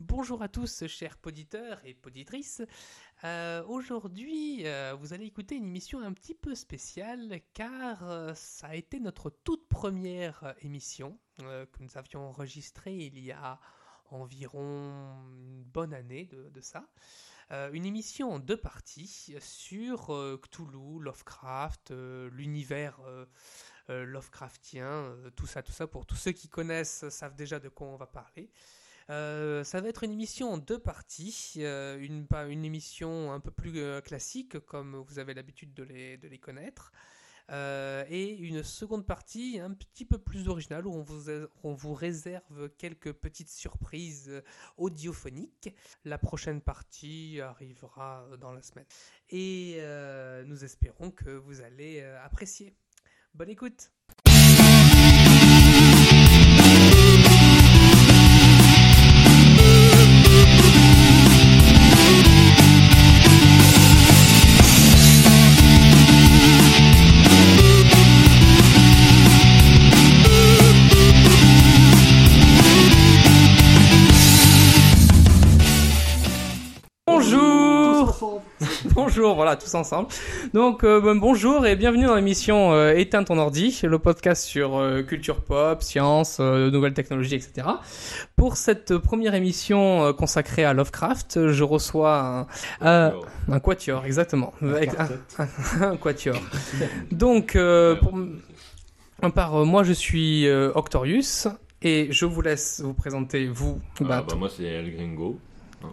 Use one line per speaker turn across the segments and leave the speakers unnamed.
Bonjour à tous, chers poditeurs et poditrices. Euh, Aujourd'hui, euh, vous allez écouter une émission un petit peu spéciale car euh, ça a été notre toute première euh, émission euh, que nous avions enregistrée il y a environ une bonne année de, de ça. Euh, une émission en deux parties sur euh, Cthulhu, Lovecraft, euh, l'univers euh, euh, Lovecraftien, euh, tout ça, tout ça. Pour tous ceux qui connaissent, euh, savent déjà de quoi on va parler. Euh, ça va être une émission en deux parties, euh, une, pas une émission un peu plus euh, classique comme vous avez l'habitude de les, de les connaître, euh, et une seconde partie un petit peu plus originale où on vous, on vous réserve quelques petites surprises euh, audiophoniques. La prochaine partie arrivera euh, dans la semaine et euh, nous espérons que vous allez euh, apprécier. Bonne écoute Bonjour Bonjour, voilà, tous ensemble. Donc, euh, ben, bonjour et bienvenue dans l'émission euh, Éteins ton ordi, le podcast sur euh, culture pop, science, euh, nouvelles technologies, etc. Pour cette première émission euh, consacrée à Lovecraft, euh, je reçois un, euh,
Alors,
un quatuor, exactement. Avec un,
quartet.
un quatuor. Donc, euh, pour, par euh, moi, je suis euh, Octorius et je vous laisse vous présenter, vous.
Ah,
bah,
bah, moi c'est El Gringo. Ah.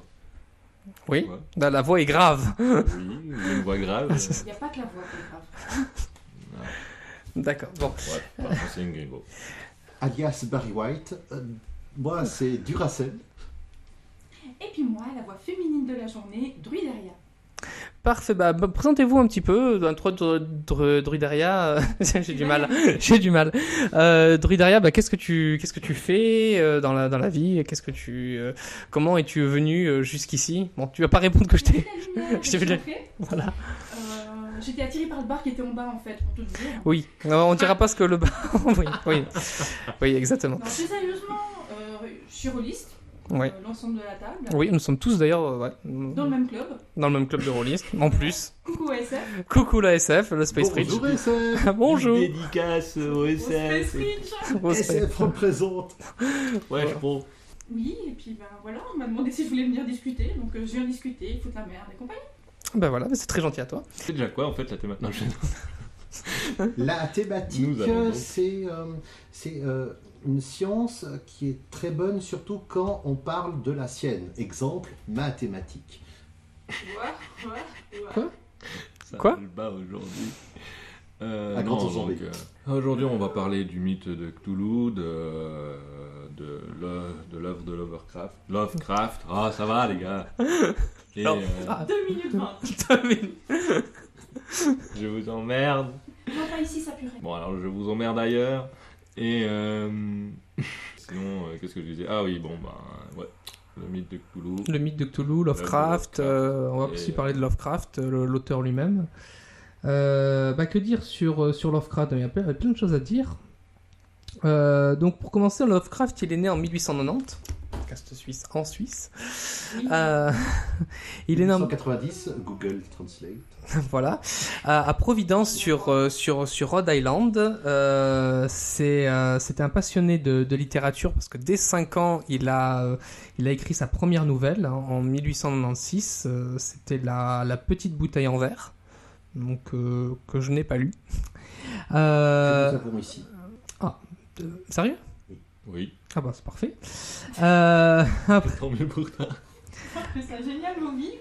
oui,
ouais.
la, bah, la voix est grave.
Oui, j'ai une voix grave.
Il n'y a pas que la voix qui est grave.
D'accord, bon.
Ouais, bah, moi c'est El Gringo.
alias Barry White. Euh, moi, c'est Duracell.
Et puis moi, la voix féminine de la journée, Druidaria.
Parfait, bah, bah, présentez-vous un petit peu, euh, d'un trois dru- dru- Druidaria, euh, j'ai du mal, j'ai du mal. Euh, Druidaria, bah, qu'est-ce que tu, qu'est-ce que tu fais euh, dans la, dans la vie, qu'est-ce que tu, euh, comment es-tu venu euh, jusqu'ici Bon, tu vas pas répondre que je
J'ai vu
t'ai,
la lumière,
je
j'ai
t'ai vu la-
chauffé.
voilà.
Euh, J'étais attirée par le bar qui était en bas en fait, pour tout te dire.
Oui, non, on dira pas ce que le bas, oui, oui, oui, exactement.
Non, plus sérieusement, euh, je suis rôliste,
Oui.
euh, l'ensemble de la table,
Oui, nous sommes tous d'ailleurs euh, ouais,
dans le même club.
dans le même club de rôlistes, en plus.
Coucou SF.
Coucou la SF, le Space Bridge.
Bonjour SF
Bonjour.
Une Dédicace au
au Space
SS.
Ridge.
Au Space-
SF représente
Ouais, je comprends.
Oui, et puis ben voilà, on m'a demandé si je voulais venir discuter, donc euh, je viens discuter, foutre la merde et compagnie.
Bah voilà, c'est très gentil à toi.
C'est déjà quoi en fait la thème maintenant je...
La thématique,
Nous allons donc.
c'est euh, c'est, euh, une science qui est très bonne, surtout quand on parle de la sienne. Exemple, mathématiques.
Ouah, ouah, ouah.
Quoi
Ça
Quoi
le bas aujourd'hui. Euh,
À
non,
grand
donc,
enjambé.
euh, aujourd'hui, on va parler du mythe de Cthulhu, de, de, l'œuvre- de l'œuvre de Lovecraft. Lovecraft, ah ça va les gars. Et, euh,
Lovecraft.
2 minutes 20.
je vous emmerde.
Moi pas ici, ça purait.
Bon, alors je vous emmerde ailleurs. Et euh, sinon, euh, qu'est-ce que je disais Ah oui, bon, bah ouais, le mythe de Cthulhu.
Le mythe de Cthulhu, Lovecraft,
Lovecraft.
euh, on va
Et,
aussi
euh,
parler de Lovecraft, euh, le- l'auteur lui-même. Euh, bah, que dire sur, euh, sur Lovecraft Il y a plein, plein de choses à dire. Euh, donc pour commencer, Lovecraft, il est né en 1890, caste suisse, en Suisse.
Oui.
Euh, il est né en
190, Google Translate.
voilà, Euh, à, à Providence sur, euh, sur, sur Rhode Island. Euh, c'est, euh, C'était un passionné de, de littérature parce que dès 5 ans, il a, euh, il a écrit sa première nouvelle hein, en 1896. Euh, C'était la, la Petite Bouteille en verre, donc, euh, que je n'ai pas lu.
Que
Euh,
Nous avons ici.
euh, sérieux
Oui,
Ah bah c'est parfait. Euh,
tant mieux pour toi.
Je trouve ça génial, Bobby.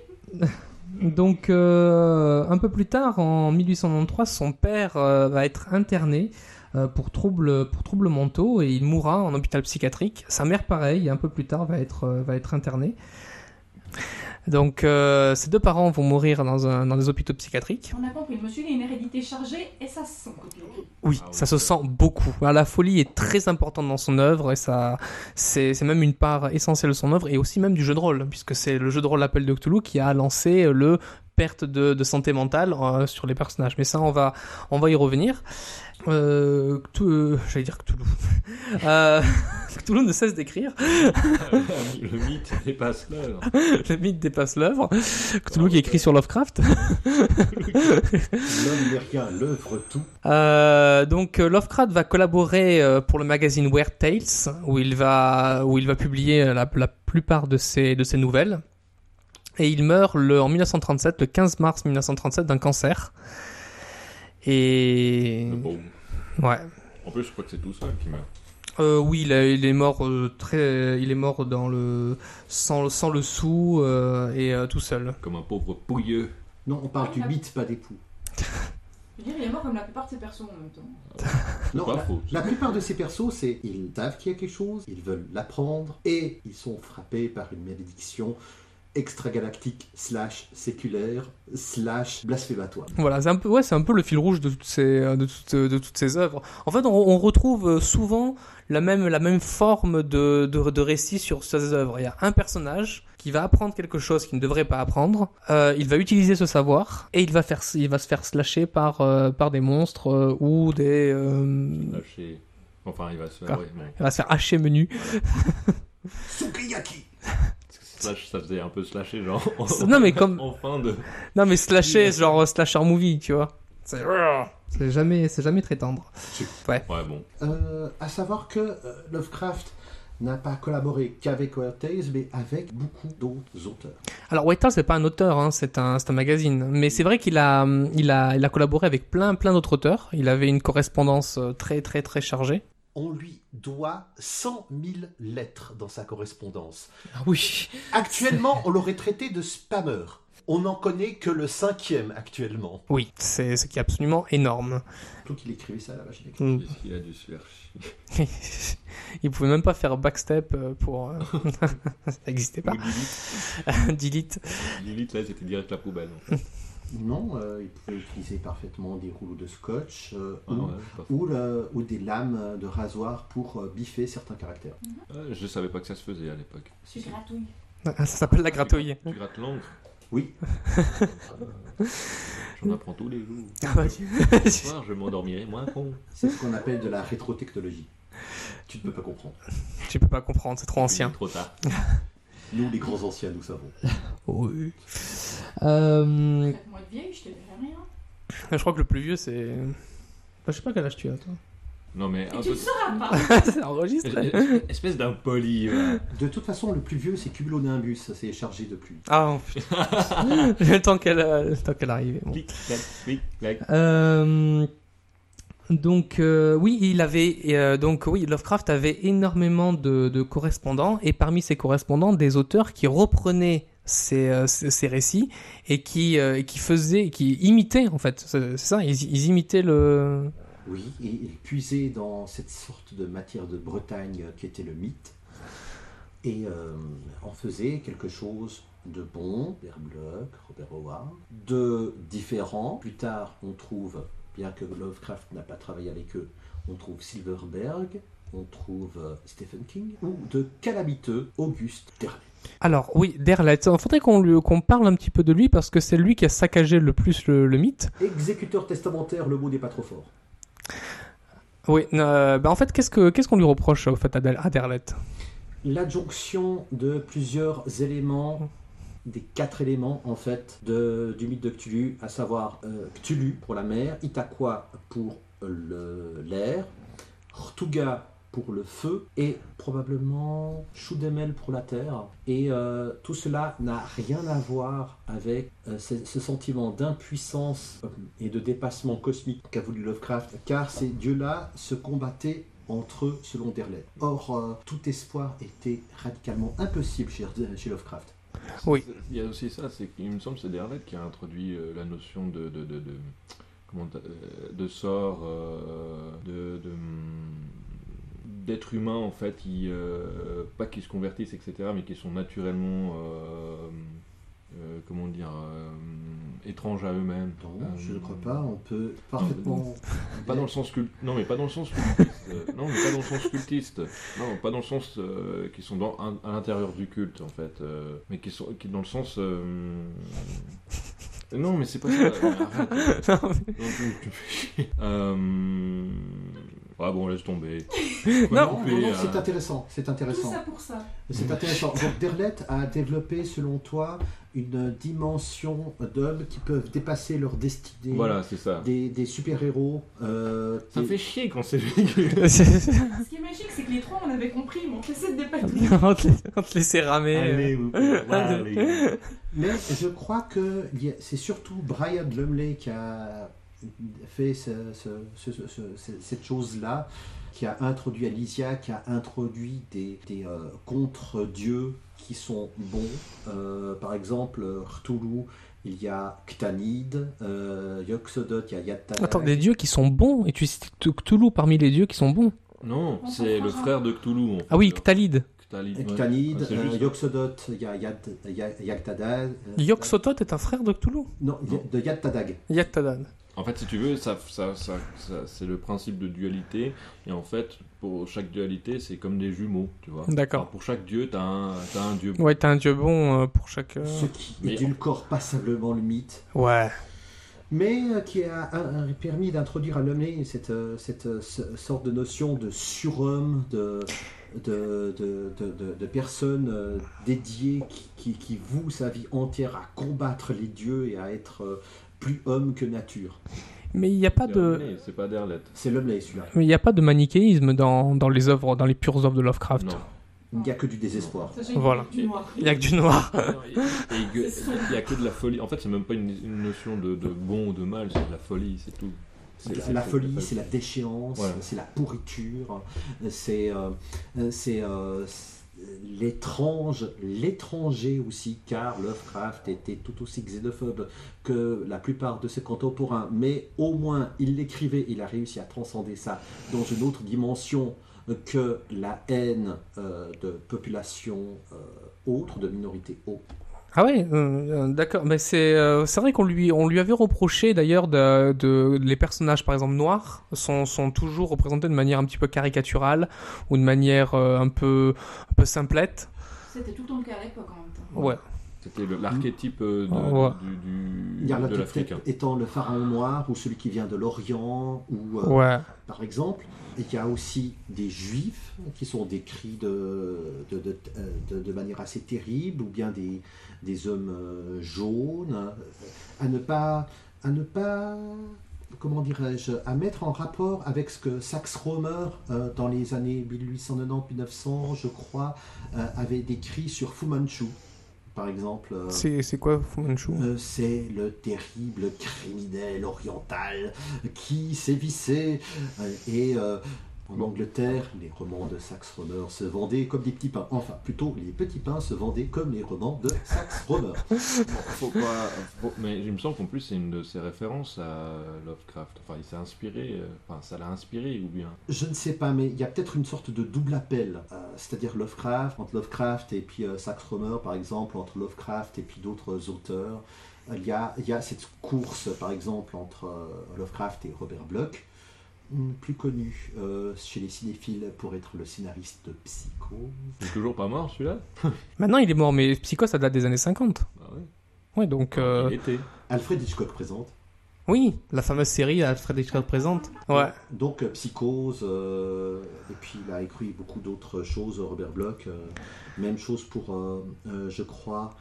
Donc, euh, un peu plus tard, en 1893, son père euh, va être interné euh, pour troubles pour troubles mentaux et il mourra en hôpital psychiatrique. Sa mère, pareil, un peu plus tard, va être, euh, va être internée. Donc, euh, ses deux parents vont mourir dans, un- dans des hôpitaux psychiatriques.
On a compris, le monsieur il a une hérédité chargée et ça se sent. copier.
Oui,
Ah oui,
ça se
c'est-
sent beaucoup. Alors, La folie est très importante dans son œuvre et ça, c'est c'est même une part essentielle de son œuvre et aussi même du jeu de rôle, puisque c'est le jeu de rôle L'Appel de Cthulhu qui a lancé le perte de, de santé mentale euh, sur les personnages. Mais ça, on va, on va y revenir. Euh, Cthul- J'allais dire Cthulhu. Euh, Cthulhu ne cesse d'écrire.
le mythe dépasse l'heure.
Le mythe dépasse l'œuvre. Cthulhu
Oh,
qui écrit
ouais.
sur Lovecraft.
L'homme n'est rien, l'œuvre tout.
Euh, donc euh, Lovecraft va collaborer euh, pour le magazine Weird Tales, où il va, où il va publier euh, la, la plupart de ses, de ses nouvelles. Et il meurt le, en 1937, le 15 mars 1937, d'un cancer. Et...
Le pauvre.
Ouais.
En plus, je crois que c'est tout seul qui meurt.
Euh, oui, il, a- il est mort euh, très, il est mort dans le sans, sans le sou euh, et euh, tout seul.
Comme un pauvre pouilleux.
Non, on parle du mythe, pas des poux.
Je veux dire, il est mort comme la plupart de ses persos en même temps.
Non,
Pas
la,
faux.
la plupart de ces persos, c'est ils savent qu'il y a quelque chose, ils veulent l'apprendre, et ils sont frappés par une malédiction extragalactique, slash séculaire, slash blasphématoire.
Voilà, c'est un peu, ouais, c'est un peu le fil rouge de toutes ces, euh, de toutes, de toutes ces œuvres. En fait, on, on retrouve euh, souvent la même, la même forme de, de, de récit sur ces œuvres. Il y a un personnage qui va apprendre quelque chose qu'il ne devrait pas apprendre. euh, il va utiliser ce savoir et il va faire, il va se faire slasher par, euh, par des monstres euh, ou des, euh,
Lâché. Enfin, il va se.
Ah.
ouais, bon.
il va se faire hacher menu.
Sukiyaki
Slash, ça faisait un peu slasher, genre.
Non mais comme,
En fin de.
non mais slasher, c'est genre euh, slasher movie, tu vois. C'est c'est jamais, c'est jamais très tendre.
Ouais, bon.
Euh, à savoir que euh, Lovecraft n'a pas collaboré qu'avec Weird Tales, mais avec beaucoup d'autres auteurs.
Alors White House, c'est pas un auteur, hein, c'est un, c'est un magazine. Mais c'est vrai qu'il a, hum, il a, il a collaboré avec plein, plein d'autres auteurs. Il avait une correspondance euh, très, très, très chargée.
On lui doit 100 000 lettres dans sa correspondance.
Ah oui.
Actuellement, on l'aurait traité de spammer. On n'en connaît que le cinquième actuellement.
Oui, c'est ce qui est absolument énorme.
Surtout qu'il écrivait ça à la machine à écrire.
Mm.
Qu'est-ce qu'il a dû se faire chier
il pouvait même pas faire backstep euh, pour. euh, ça n'existait pas.
Ou Lilith.
Delete.
Lilith, là, c'était direct la poubelle. en fait.
Non, euh, il pouvait utiliser parfaitement des rouleaux de scotch euh,
Ah,
ou,
ouais, pas faux.
ou le- ou des lames euh, de rasoir pour euh, biffer certains caractères.
Ah, je savais pas que ça se faisait à l'époque.
Je suis gratouille.
Ah, Ça s'appelle la gratouille.
Tu grattes l'encre
Oui.
Euh, J'en apprends tous les jours.
Ah bah,
Ce soir, je m'endormirai moins con.
C'est ce qu'on appelle de la rétrotechnologie. Tu ne peux pas comprendre.
tu peux pas comprendre, c'est trop ancien.
Trop tard.
Nous, les grands anciens, nous savons.
Oui. Euh,
Moi de vieille, je te verrai rien.
je crois que le plus vieux, c'est. Bah, je sais pas quel âge tu as, toi.
Non, mais
Et
un
tu ne
peu.
sauras pas.
ça enregistre.
Espèce d'impoli. voilà.
De toute façon, le plus vieux, c'est Cumulonimbus. Ça s'est chargé de pluie.
Ah, oh, putain. le temps qu'elle euh, le temps qu'elle arrive. bon.
Clic, clac, clic, clac.
Euh, donc euh, oui, il avait et, euh, donc oui, Lovecraft avait énormément de, de correspondants et parmi ces correspondants des auteurs qui reprenaient ces, euh, ces- ces récits et qui euh, et qui faisaient qui imitaient en fait c'est c'est ça ils, ils imitaient le
Oui, et il puisait dans cette sorte de matière de Bretagne qui était le mythe, et euh, en faisait quelque chose de bon, Robert Bloch, Robert Howard, de différent. Plus tard, on trouve, bien que Lovecraft n'a pas travaillé avec eux, on trouve Silverberg, on trouve euh, Stephen King, ou de calamiteux Auguste Derleth.
alors oui Derleth il faudrait qu'on lui- qu'on parle un petit peu de lui parce que c'est lui qui a saccagé le plus le- le mythe
Exécuteur testamentaire, le mot n'est pas trop fort.
Oui, euh, bah en fait, qu'est-ce que qu'est-ce qu'on lui reproche au fait à, Del- à Derleth
l'adjonction de plusieurs éléments, des quatre éléments en fait, de- du mythe de Cthulhu, à savoir euh, Cthulhu pour la mer, Itaqua pour le- l'air, Rtuga pour le feu et probablement Choudemel pour la terre. Et euh, tout cela n'a rien à voir avec euh, ce, ce sentiment d'impuissance euh, et de dépassement cosmique qu'a voulu Lovecraft, car ces dieux-là se combattaient entre eux selon Derleth. Or, euh, tout espoir était radicalement impossible chez, chez Lovecraft.
Oui.
Il y a aussi ça, c'est qu'il me semble que c'est Derleth qui a introduit euh, la notion de. de, de, de- comment t'as- euh, de sort, euh, de. de, hum, d'êtres humains en fait qui euh, pas qui se convertissent etc mais qui sont naturellement euh, euh, comment dire euh, étranges à eux-mêmes
Non,
Euh,
je ne crois pas, on peut parfaitement...
Pas dans le sens cul- Non, mais pas dans le sens cultiste. Euh, non, mais pas dans le sens cultiste. Non, pas dans le sens euh, qui sont dans, à, à l'intérieur du culte, en fait. euh, mais qui sont qui, dans le sens. euh, Non, mais c'est pas ça. Arrête.
Non,
Non, tu- tu me fais chier. Euh... Ah bon, laisse tomber. euh,
Non,
Non, non, non, c'est intéressant, c'est
Tout
intéressant.
ça pour ça.
C'est intéressant. Donc Derleth a développé, selon toi, une dimension d'hommes qui peuvent dépasser leur destinée.
Voilà, c'est ça.
Des, des super-héros. euh,
Ça
des-
fait chier quand c'est vécu.
c'est-
Ce qui est magique, c'est que les trois, on avait compris, mais on faisait de pas
on, te, laisse- on te laissait ramer.
Allez, vous pouvez voir, allez.
Mais je crois que il y a- c'est surtout Brian Lumley qui a fait ce- ce- ce- ce- ce- ce- cette chose-là, qui a introduit Elysia, qui a introduit des, des, euh, contre-dieux qui sont bons. Euh, par exemple, euh, Cthulhu, il y a Ctanide, euh, Yoxodot, il y a Yatta.
Attends, des dieux qui sont bons, et tu cites Cth- Cthulhu parmi les dieux qui sont bons.
Non, c'est le frère de Cthulhu. en fait.
Ah oui, Ctalide.
Ctalide. ouais.
Ctanide,
Ouais, c'est
euh,
juste-
Yoxodot, il y a Yad- Ya- Yagtadad, euh,
Yoxotot est un frère de Cthulhu.
Non, de Yadtadag.
Yattadan.
En fait, si tu veux, ça, ça, ça, ça- c'est le principe de dualité. Et en fait, pour chaque dualité, c'est comme des jumeaux, tu vois.
D'accord.
Alors, pour chaque dieu, t'as un, t'as un dieu.
Ouais, t'as un dieu bon euh, pour chaque. euh,
Ce qui
Mais-
édulcore passablement le mythe.
Ouais.
mais euh, qui a a- a permis d'introduire à l'homme cette, euh, cette, euh, ce- sorte de notion de surhomme, de, de, de, de, de- de personne euh, dédiée qui, qui, qui voue sa vie entière à combattre les dieux et à être euh, plus homme que nature.
Mais il n'y a pas de.
Derleth, C'est pas Derlet.
C'est l'homme là, celui-là.
Il n'y a pas de manichéisme dans, dans les œuvres, dans les pures œuvres de Lovecraft.
Non.
Il n'y a que du désespoir.
Ça, j'ai
Voilà.
du noir.
Il n'y a que du noir.
Et- et que- Il y a que de la folie. En fait, c'est même pas une, une notion de, de bon ou de mal, c'est de la folie, c'est tout.
C'est la folie, c'est la déchéance,
Voilà.
c'est la pourriture, c'est euh, c'est, euh, c'est l'étrange, l'étranger aussi, car Lovecraft était tout aussi xénophobe que la plupart de ses contemporains, mais au moins il l'écrivait, il a réussi à transcender ça dans une autre dimension que la haine euh, de populations euh, autres, de minorités autres.
Ah ouais, euh, euh, d'accord. Mais c'est euh, c'est vrai qu'on lui, on lui avait reproché d'ailleurs de, de- les personnages, par exemple, noirs, sont, sont toujours représentés de manière un petit peu caricaturale ou de manière euh, un, peu, un peu simplette.
C'était tout le temps le carré, quoi, quand même.
Ouais.
C'était le- l'archétype euh, de,
Ouais.
du- du-
Il y a
de
la
l'Afrique. hein.
étant le pharaon noir ou celui qui vient de l'Orient ou euh,
Ouais.
par exemple. Et il y a aussi des juifs qui sont décrits de, de, de, de- de manière assez terrible, ou bien des, des hommes euh, jaunes, hein, à ne pas, à ne pas, comment dirais-je, à mettre en rapport avec ce que Sax Rohmer, euh, dans les années 1890-1900, je crois, euh, avait décrit sur Fu Manchu, par exemple. euh,
C'est c'est quoi Fu Manchu
euh, C'est le terrible criminel oriental qui sévissait. euh, Et euh, en Angleterre, les romans de Sax Rohmer se vendaient comme des petits pains. Enfin, plutôt, les petits pains se vendaient comme les romans de Sax Rohmer.
Faut pas- faut- mais il me semble qu'en plus, c'est une de ses références à Lovecraft. Enfin, il s'est inspiré, euh, enfin, ça l'a inspiré, ou bien.
Je ne sais pas, mais il y a peut-être une sorte de double appel, euh, c'est-à-dire Lovecraft, entre Lovecraft et puis euh, Sax Rohmer, par exemple, entre Lovecraft et puis d'autres auteurs. Euh, Il y, a, il y a cette course, par exemple, entre euh, Lovecraft et Robert Bloch, hum, plus connu euh, chez les cinéphiles pour être le scénariste de Psycho.
Il est toujours pas mort, celui-là
Maintenant, il est mort, mais Psycho, ça date des années 50.
Ah ouais.
Ouais, donc. euh,
Il était.
Alfred Hitchcock présente.
Oui, la fameuse série Alfred Hitchcock présente. Ouais.
Donc euh, Psychose, euh, et puis il a écrit beaucoup d'autres choses, Robert Bloch. euh, même chose pour, euh, euh, je crois,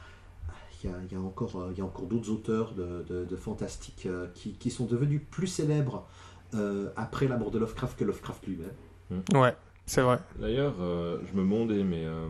il y a, il y a encore, euh, il y a encore d'autres auteurs de, de- de fantastique euh, qui, qui sont devenus plus célèbres euh, après la mort de Lovecraft que Lovecraft lui-même.
Ouais, c'est vrai.
D'ailleurs, euh, je me demandais, mais euh,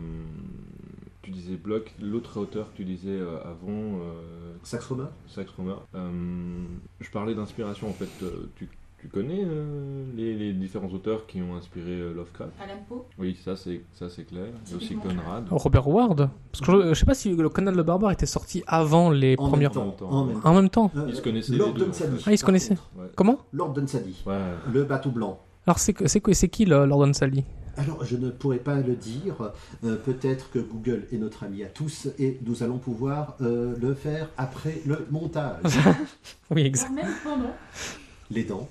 tu disais Bloch, l'autre auteur que tu disais euh, avant, euh,
Sax Rohmer
Sax Rohmer, euh, je parlais d'inspiration en fait. euh, tu, tu connais euh, les, les différents auteurs qui ont inspiré euh, Lovecraft
Alan Poe.
Oui, ça c'est ça c'est clair. Il y a aussi
Typiquement.
Conrad.
Robert Ward Parce que je, je sais pas si le canal de Barbare était sorti avant les
En même
premières.
temps.
En même temps.
en même temps.
En même temps
Euh,
hein. Ah, Ils se connaissaient
Lord
les deux, en
Dunsany,
fait.
Ah, ils se
par
connaissaient.
contre.
Ouais.
Comment
Lord Dunsany,
Ouais.
le bateau blanc.
Alors, c'est que- c'est que- c'est qui le Lord Sally
Alors, je ne pourrais pas le dire. Euh, Peut-être que Google est notre ami à tous et nous allons pouvoir euh, le faire après le montage.
Oui,
Voire
exact.
même pendant.
Les dents.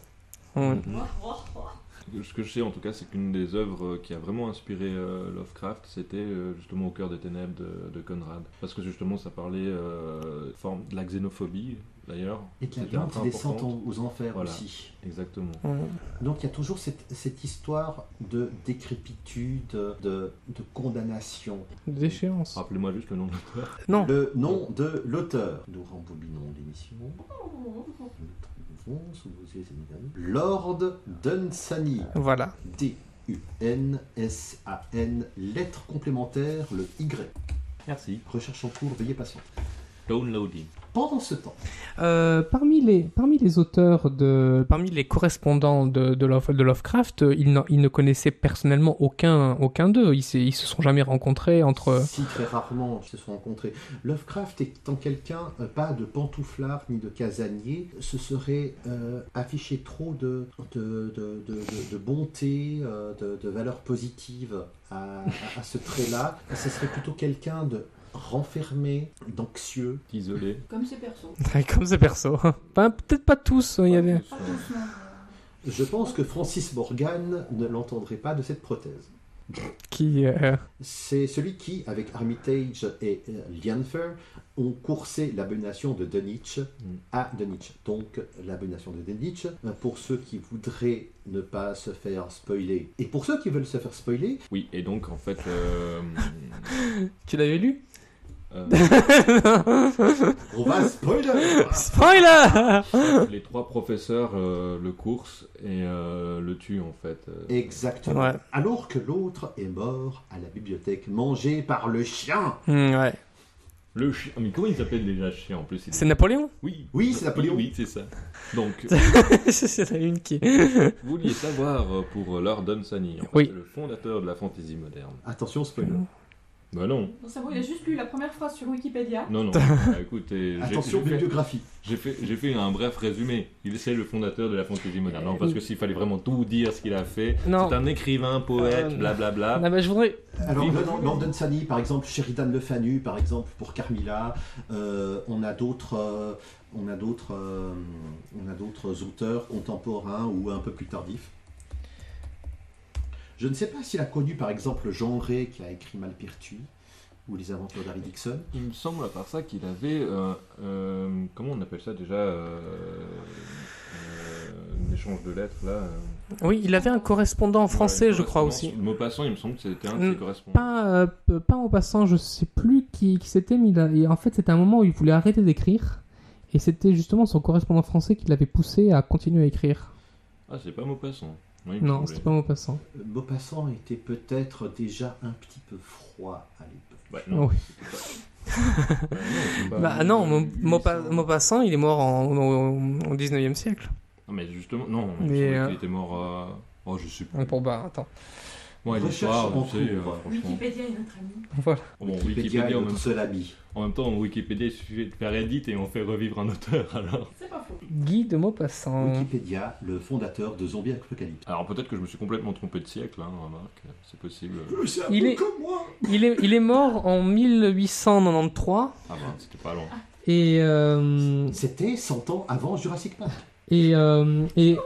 Ouais.
Ouah, ouah, ouah.
ce que je sais en tout cas, c'est qu'une des œuvres qui a vraiment inspiré euh, Lovecraft, c'était euh, justement Au cœur des ténèbres de, de Conrad. Parce que justement, ça parlait euh, forme de la xénophobie, d'ailleurs.
Et que la
C'était un
violence
point
descend
important.
en- aux enfers
Voilà.
aussi.
Exactement.
Mm.
Donc il y a toujours cette, cette histoire de décrépitude, de, de condamnation.
Déchéance.
Rappelez-moi juste le nom de l'auteur.
Non.
Le nom de l'auteur. Nous rembobinons l'émission.
Oh.
Nous trouvons sous vos yeux, ces mesdames, Lord Dunsany.
Voilà.
D-U-N-S-A-N. Lettre complémentaire, le Y.
Merci.
Recherche en cours, veillez patient.
Downloading.
Pendant ce temps,
Euh, parmi, les, parmi les auteurs, de, parmi les correspondants de, de, Love- de Lovecraft, euh, ils, n'en- ils ne connaissaient personnellement aucun, aucun d'eux. Ils, se- ils se sont jamais rencontrés entre...
si très rarement se sont rencontrés, Lovecraft étant quelqu'un, euh, pas de pantouflard ni de casanier, ce serait euh, afficher trop de, de, de- de- de- de bonté, euh, de, de valeur positive à, à- à ce trait-là. Ce serait plutôt quelqu'un de renfermé, d'anxieux.
Isolé.
Comme ces persos.
Comme ce perso. Ben, Peut-être pas tous. Il y avait...
Pas
hein.
tous, non.
Je pense que Francis Morgan ne l'entendrait pas de cette prothèse.
Qui, euh,
C'est celui qui, avec Armitage et euh, Lianfer, ont coursé l'abomination de Dunwich
Mm.
à Dunwich. Donc, l'abomination de Dunwich, euh, pour ceux qui voudraient ne pas se faire spoiler, et pour ceux qui veulent se faire spoiler,
Oui, et donc en fait. euh,
Tu l'avais lu
euh,
on va spoiler
Spoiler
les trois professeurs euh, le course et euh, le tuent en fait. Euh,
Exactement.
Ouais.
Alors que l'autre est mort à la bibliothèque, mangé par le chien.
Hmm, ouais.
Le chien. Ah, Mais comment il s'appelle déjà chien en plus il-
C'est Napoléon
Oui.
Oui, c'est Napoléon.
Oui, c'est ça. Donc,
C'est la une qui...
vous vouliez savoir euh, pour Lord Dunsany, en fait,
Oui.
c'est le fondateur de la fantaisie moderne.
Attention, spoiler.
Bah non,
Dans sa voix, il a juste lu la première phrase sur Wikipédia.
non, non. Bah, écoutez, j'ai-
Attention,
j'ai fait-
bibliographie.
j'ai fait, j'ai fait un bref résumé. Il c'est le fondateur de la fantaisie moderne. Non, parce que s'il fallait vraiment tout dire ce qu'il a fait,
Non.
c'est un écrivain,
Euh,
poète,
non.
blablabla.
Non, mais je voudrais...
Alors,
Oui,
non,
oui,
non,
oui.
London Sunny, par exemple, Sheridan Le Fanu, par exemple, pour Carmilla. Euh, on a d'autres. euh, on a d'autres, euh, on a d'autres auteurs contemporains ou un peu plus tardifs. Je ne sais pas s'il a connu par exemple Jean Ray qui a écrit Malpertuis ou les aventures d'Harry Dixon.
Il me semble à part ça qu'il avait. euh, euh, comment on appelle ça déjà euh, euh, Un échange de lettres là. euh.
Oui, il avait un correspondant français,
Ouais,
je crois
correspondance.
aussi.
Maupassant, il me semble que c'était un de ses
Mm.
correspondants.
Pas, euh, p- pas en passant, je sais plus qui, qui c'était, mais il a- et en fait, c'était un moment où il voulait arrêter d'écrire. Et c'était justement son correspondant français qui l'avait poussé à continuer à écrire.
Ah, c'est pas Maupassant. Oui, il me
Non,
semblait.
c'était pas mon passant.
Maupassant était peut-être déjà un petit peu froid à l'époque.
Ouais, Bah, non,
Oui.
c'est pas- Ouais, non, c'est pas-
Bah non, Mau-
1800.
Maupa- Maupassant, il est mort en, au- au 19e siècle.
Non, mais justement, non,
Mais,
il me semblait
euh,
qu'il était mort. euh, Oh, je sais plus.
Donc, Bon bah, attends.
Ouais,
Recherche
l'histoire,
en
tu sais, euh,
cours.
franchement.
Wikipédia est notre ami.
Voilà.
Bon,
Wikipédia est
Wikipédia, en même,
notre seul ami.
en même temps, Wikipédia, il suffit de faire Reddit et on fait revivre un auteur alors.
C'est pas faux.
Guy de Maupassant.
Wikipédia, le fondateur de Zombie Apocalypse.
Alors peut-être que je me suis complètement trompé de siècle, hein, remarque, c'est possible.
Il est-
comme moi
Il est, il est mort en 1893.
Ah bah, c'était pas loin.
Et, euh,
C'était 100 ans avant Jurassic Park.
et, euh, et,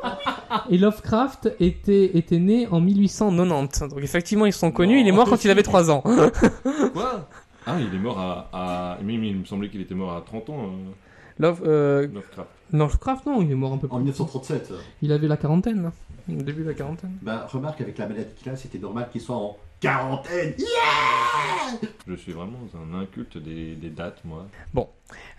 et Lovecraft était, était né en 1890. Donc effectivement, ils sont connus.
Non.
Il est mort quand il avait 3 ans.
Quoi Ah, il est mort à. à... mais- mais il me semblait qu'il était mort à 30 ans, euh,
Love, euh,
Lovecraft.
non, Lovecraft, non, il est mort un peu
En
plus.
1937.
Il avait la quarantaine, là. Au début de la quarantaine.
Bah, remarque, avec la maladie qu'il a, c'était normal qu'il soit en quarantaine.
Je suis vraiment un inculte des, des dates, moi.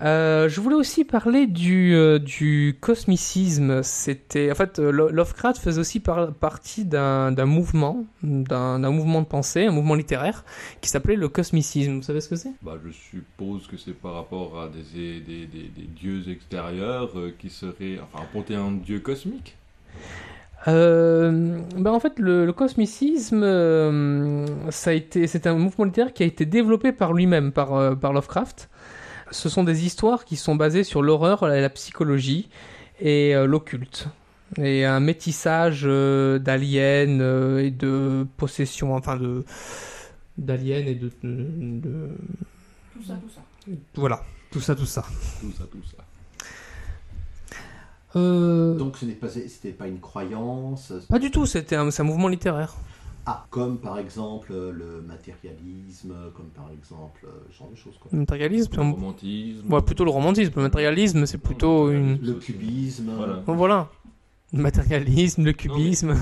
Euh, je voulais aussi parler du, euh, du cosmicisme. C'était, en fait, euh, Lo- Lovecraft faisait aussi par- partie d'un d'un mouvement, d'un d'un mouvement de pensée, un mouvement littéraire, qui s'appelait le cosmicisme. Vous savez ce que c'est
Bah, je suppose que c'est par rapport à des, des, des, des- des dieux extérieurs euh, qui seraient. Enfin, un panthéon de dieux cosmiques.
Euh, ben en fait, le, le cosmicisme, euh, ça a été, c'est un mouvement littéraire qui a été développé par lui-même, par, euh, par Lovecraft. Ce sont des histoires qui sont basées sur l'horreur, la, la psychologie et euh, l'occulte. Et un métissage euh, d'aliens euh, et de possession, enfin de d'aliens et de, de- de-
Tout ça, tout ça.
voilà, tout ça, tout ça.
Tout ça, tout ça.
Euh,
Donc ce n'est pas, c'était pas une croyance.
Pas du tout, c'était un, c'est un mouvement littéraire.
Ah, comme par exemple euh, le matérialisme, comme par exemple euh, ce genre de choses. Quoi.
Le matérialisme, c'est
Le
un-
romantisme.
ouais, plutôt le romantisme. Le matérialisme, c'est plutôt une.
Le cubisme.
Voilà.
Bon, Voilà. Le matérialisme, le
mais-
cubisme.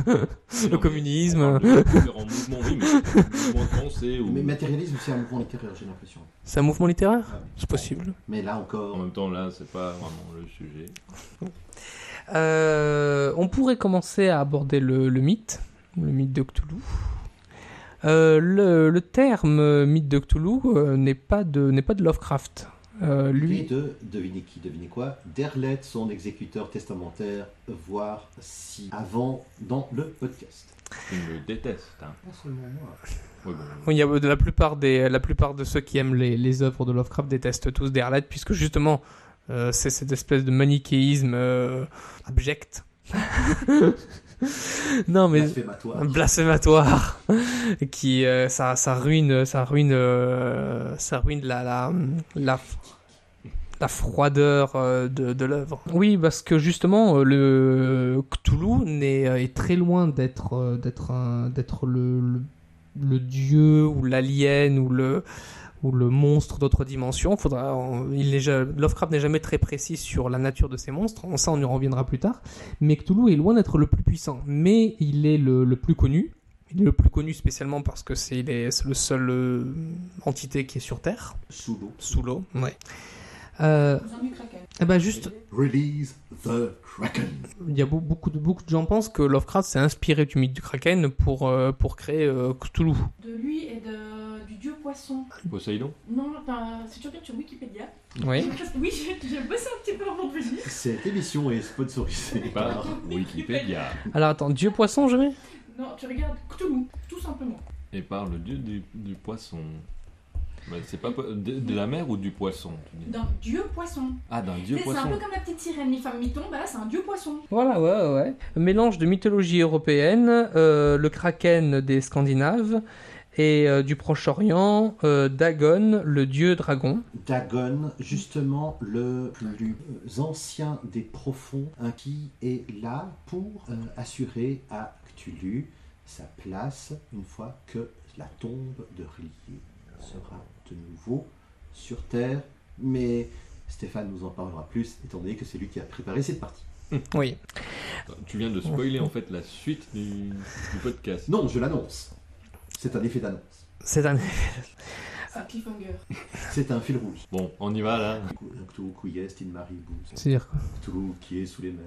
le
communisme.
Différents mouvements, oui, mais mouvement pensé ou.
Mais matérialisme, c'est un mouvement littéraire, j'ai l'impression.
C'est un mouvement littéraire
Ah oui.
C'est possible.
Mais là
En
encore,
même temps, là, c'est pas vraiment le sujet.
Euh, on pourrait commencer à aborder le, le mythe, le mythe de Cthulhu. Euh, le, le terme euh, mythe de Cthulhu euh, n'est pas de n'est pas de Lovecraft. Euh,
lui
lui,
de, devinez qui, devinez quoi, Derlet, son exécuteur testamentaire, voire si avant dans le podcast.
Tu me détestes. Hein.
Pas seulement moi.
Ouais, bon,
il y a de la plupart des la plupart de ceux qui aiment les, les œuvres de Lovecraft détestent tous Derlet puisque justement euh, c'est cette espèce de manichéisme euh, abject. non mais
Blasphématoire.
un blasphématoire qui euh, ça, ça ruine ça ruine euh, ça ruine la la la, la froideur euh, de, de l'œuvre. Oui, parce que justement euh, le Cthulhu n'est, euh, est très loin d'être euh, d'être un- d'être le, le le dieu ou l'alien ou le ou le monstre d'autres dimensions. Faudra, on- il n'est ja- Lovecraft n'est jamais très précis sur la nature de ces monstres. En ça, on y reviendra plus tard. Mais Cthulhu est loin d'être le plus puissant, mais il est le, le plus connu. Il est le plus connu spécialement parce que c'est il est- c'est le seul euh, entité qui est sur Terre,
Sous l'eau.
sous l'eau. Ouais. Euh,
Besoin du Kraken.
eh ben juste,
Release the Kraken.
il y a beau- beaucoup de, beaucoup de gens pensent que Lovecraft s'est inspiré du mythe du Kraken pour, euh, pour créer euh, Cthulhu.
De lui et de, du dieu poisson.
Poseidon
Non, enfin, si tu regardes sur Wikipédia.
Oui.
Oui, j'ai j'ai bossé un petit peu avant de venir.
Cette émission est sponsorisée
Par
par
Wikipédia.
Alors attends, Dieu poisson, je vais
Non, tu regardes Cthulhu, tout simplement.
Et par le dieu du, du poisson. Mais c'est pas po- de, de la mer ou du poisson tu dis
D'un dieu poisson.
Ah, d'un dieu
C'est c'est un peu
poisson.
comme la petite sirène, mi-femme, mi-tombe, bah là, c'est un dieu poisson.
Voilà, ouais, ouais, ouais. Mélange de mythologie européenne, euh, le kraken des Scandinaves et euh, du Proche-Orient, euh, Dagon, le dieu dragon.
Dagon, justement le plus ancien des profonds, hein, qui est là pour euh, assurer à Cthulhu sa place une fois que la tombe de Rillier sera de nouveau sur Terre. Mais Stéphane nous en parlera plus, étant donné que c'est lui qui a préparé cette partie.
Oui.
Tu viens de spoiler en fait la suite du, du podcast.
Non, je l'annonce. C'est un effet d'annonce.
C'est un...
C'est un cliffhanger.
C'est un fil rouge.
Bon, on y va là.
Cthulhu qui est in maribus.
C'est dire quoi
Cthulhu qui est sous les mers.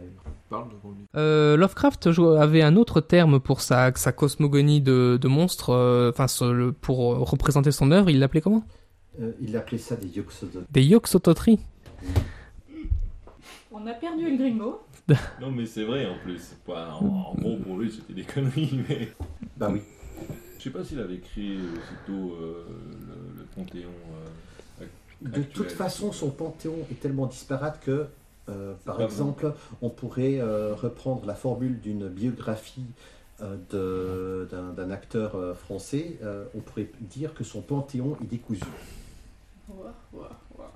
Parle devant lui.
Euh, Lovecraft jou- avait un autre terme pour sa, sa cosmogonie de, de monstres, euh, enfin ce- le- pour euh, représenter son œuvre, il l'appelait comment
Euh, il appelait ça des yoxodones.
Des Yoxototri.
On a perdu El Gringo.
Non, mais c'est vrai en plus. C'est pas- en, en gros, pour lui, c'était des conneries. Mais...
Bah oui.
Je sais pas s'il avait créé aussitôt euh, le, le Panthéon. euh, ac-
De
actuel.
toute façon, son panthéon est tellement disparate que, euh, par
pas
exemple, on pourrait euh, reprendre la formule d'une biographie euh, de- d'un d'un acteur euh, français. euh, on pourrait dire que son panthéon est décousu.
Ouah, ouah, ouah.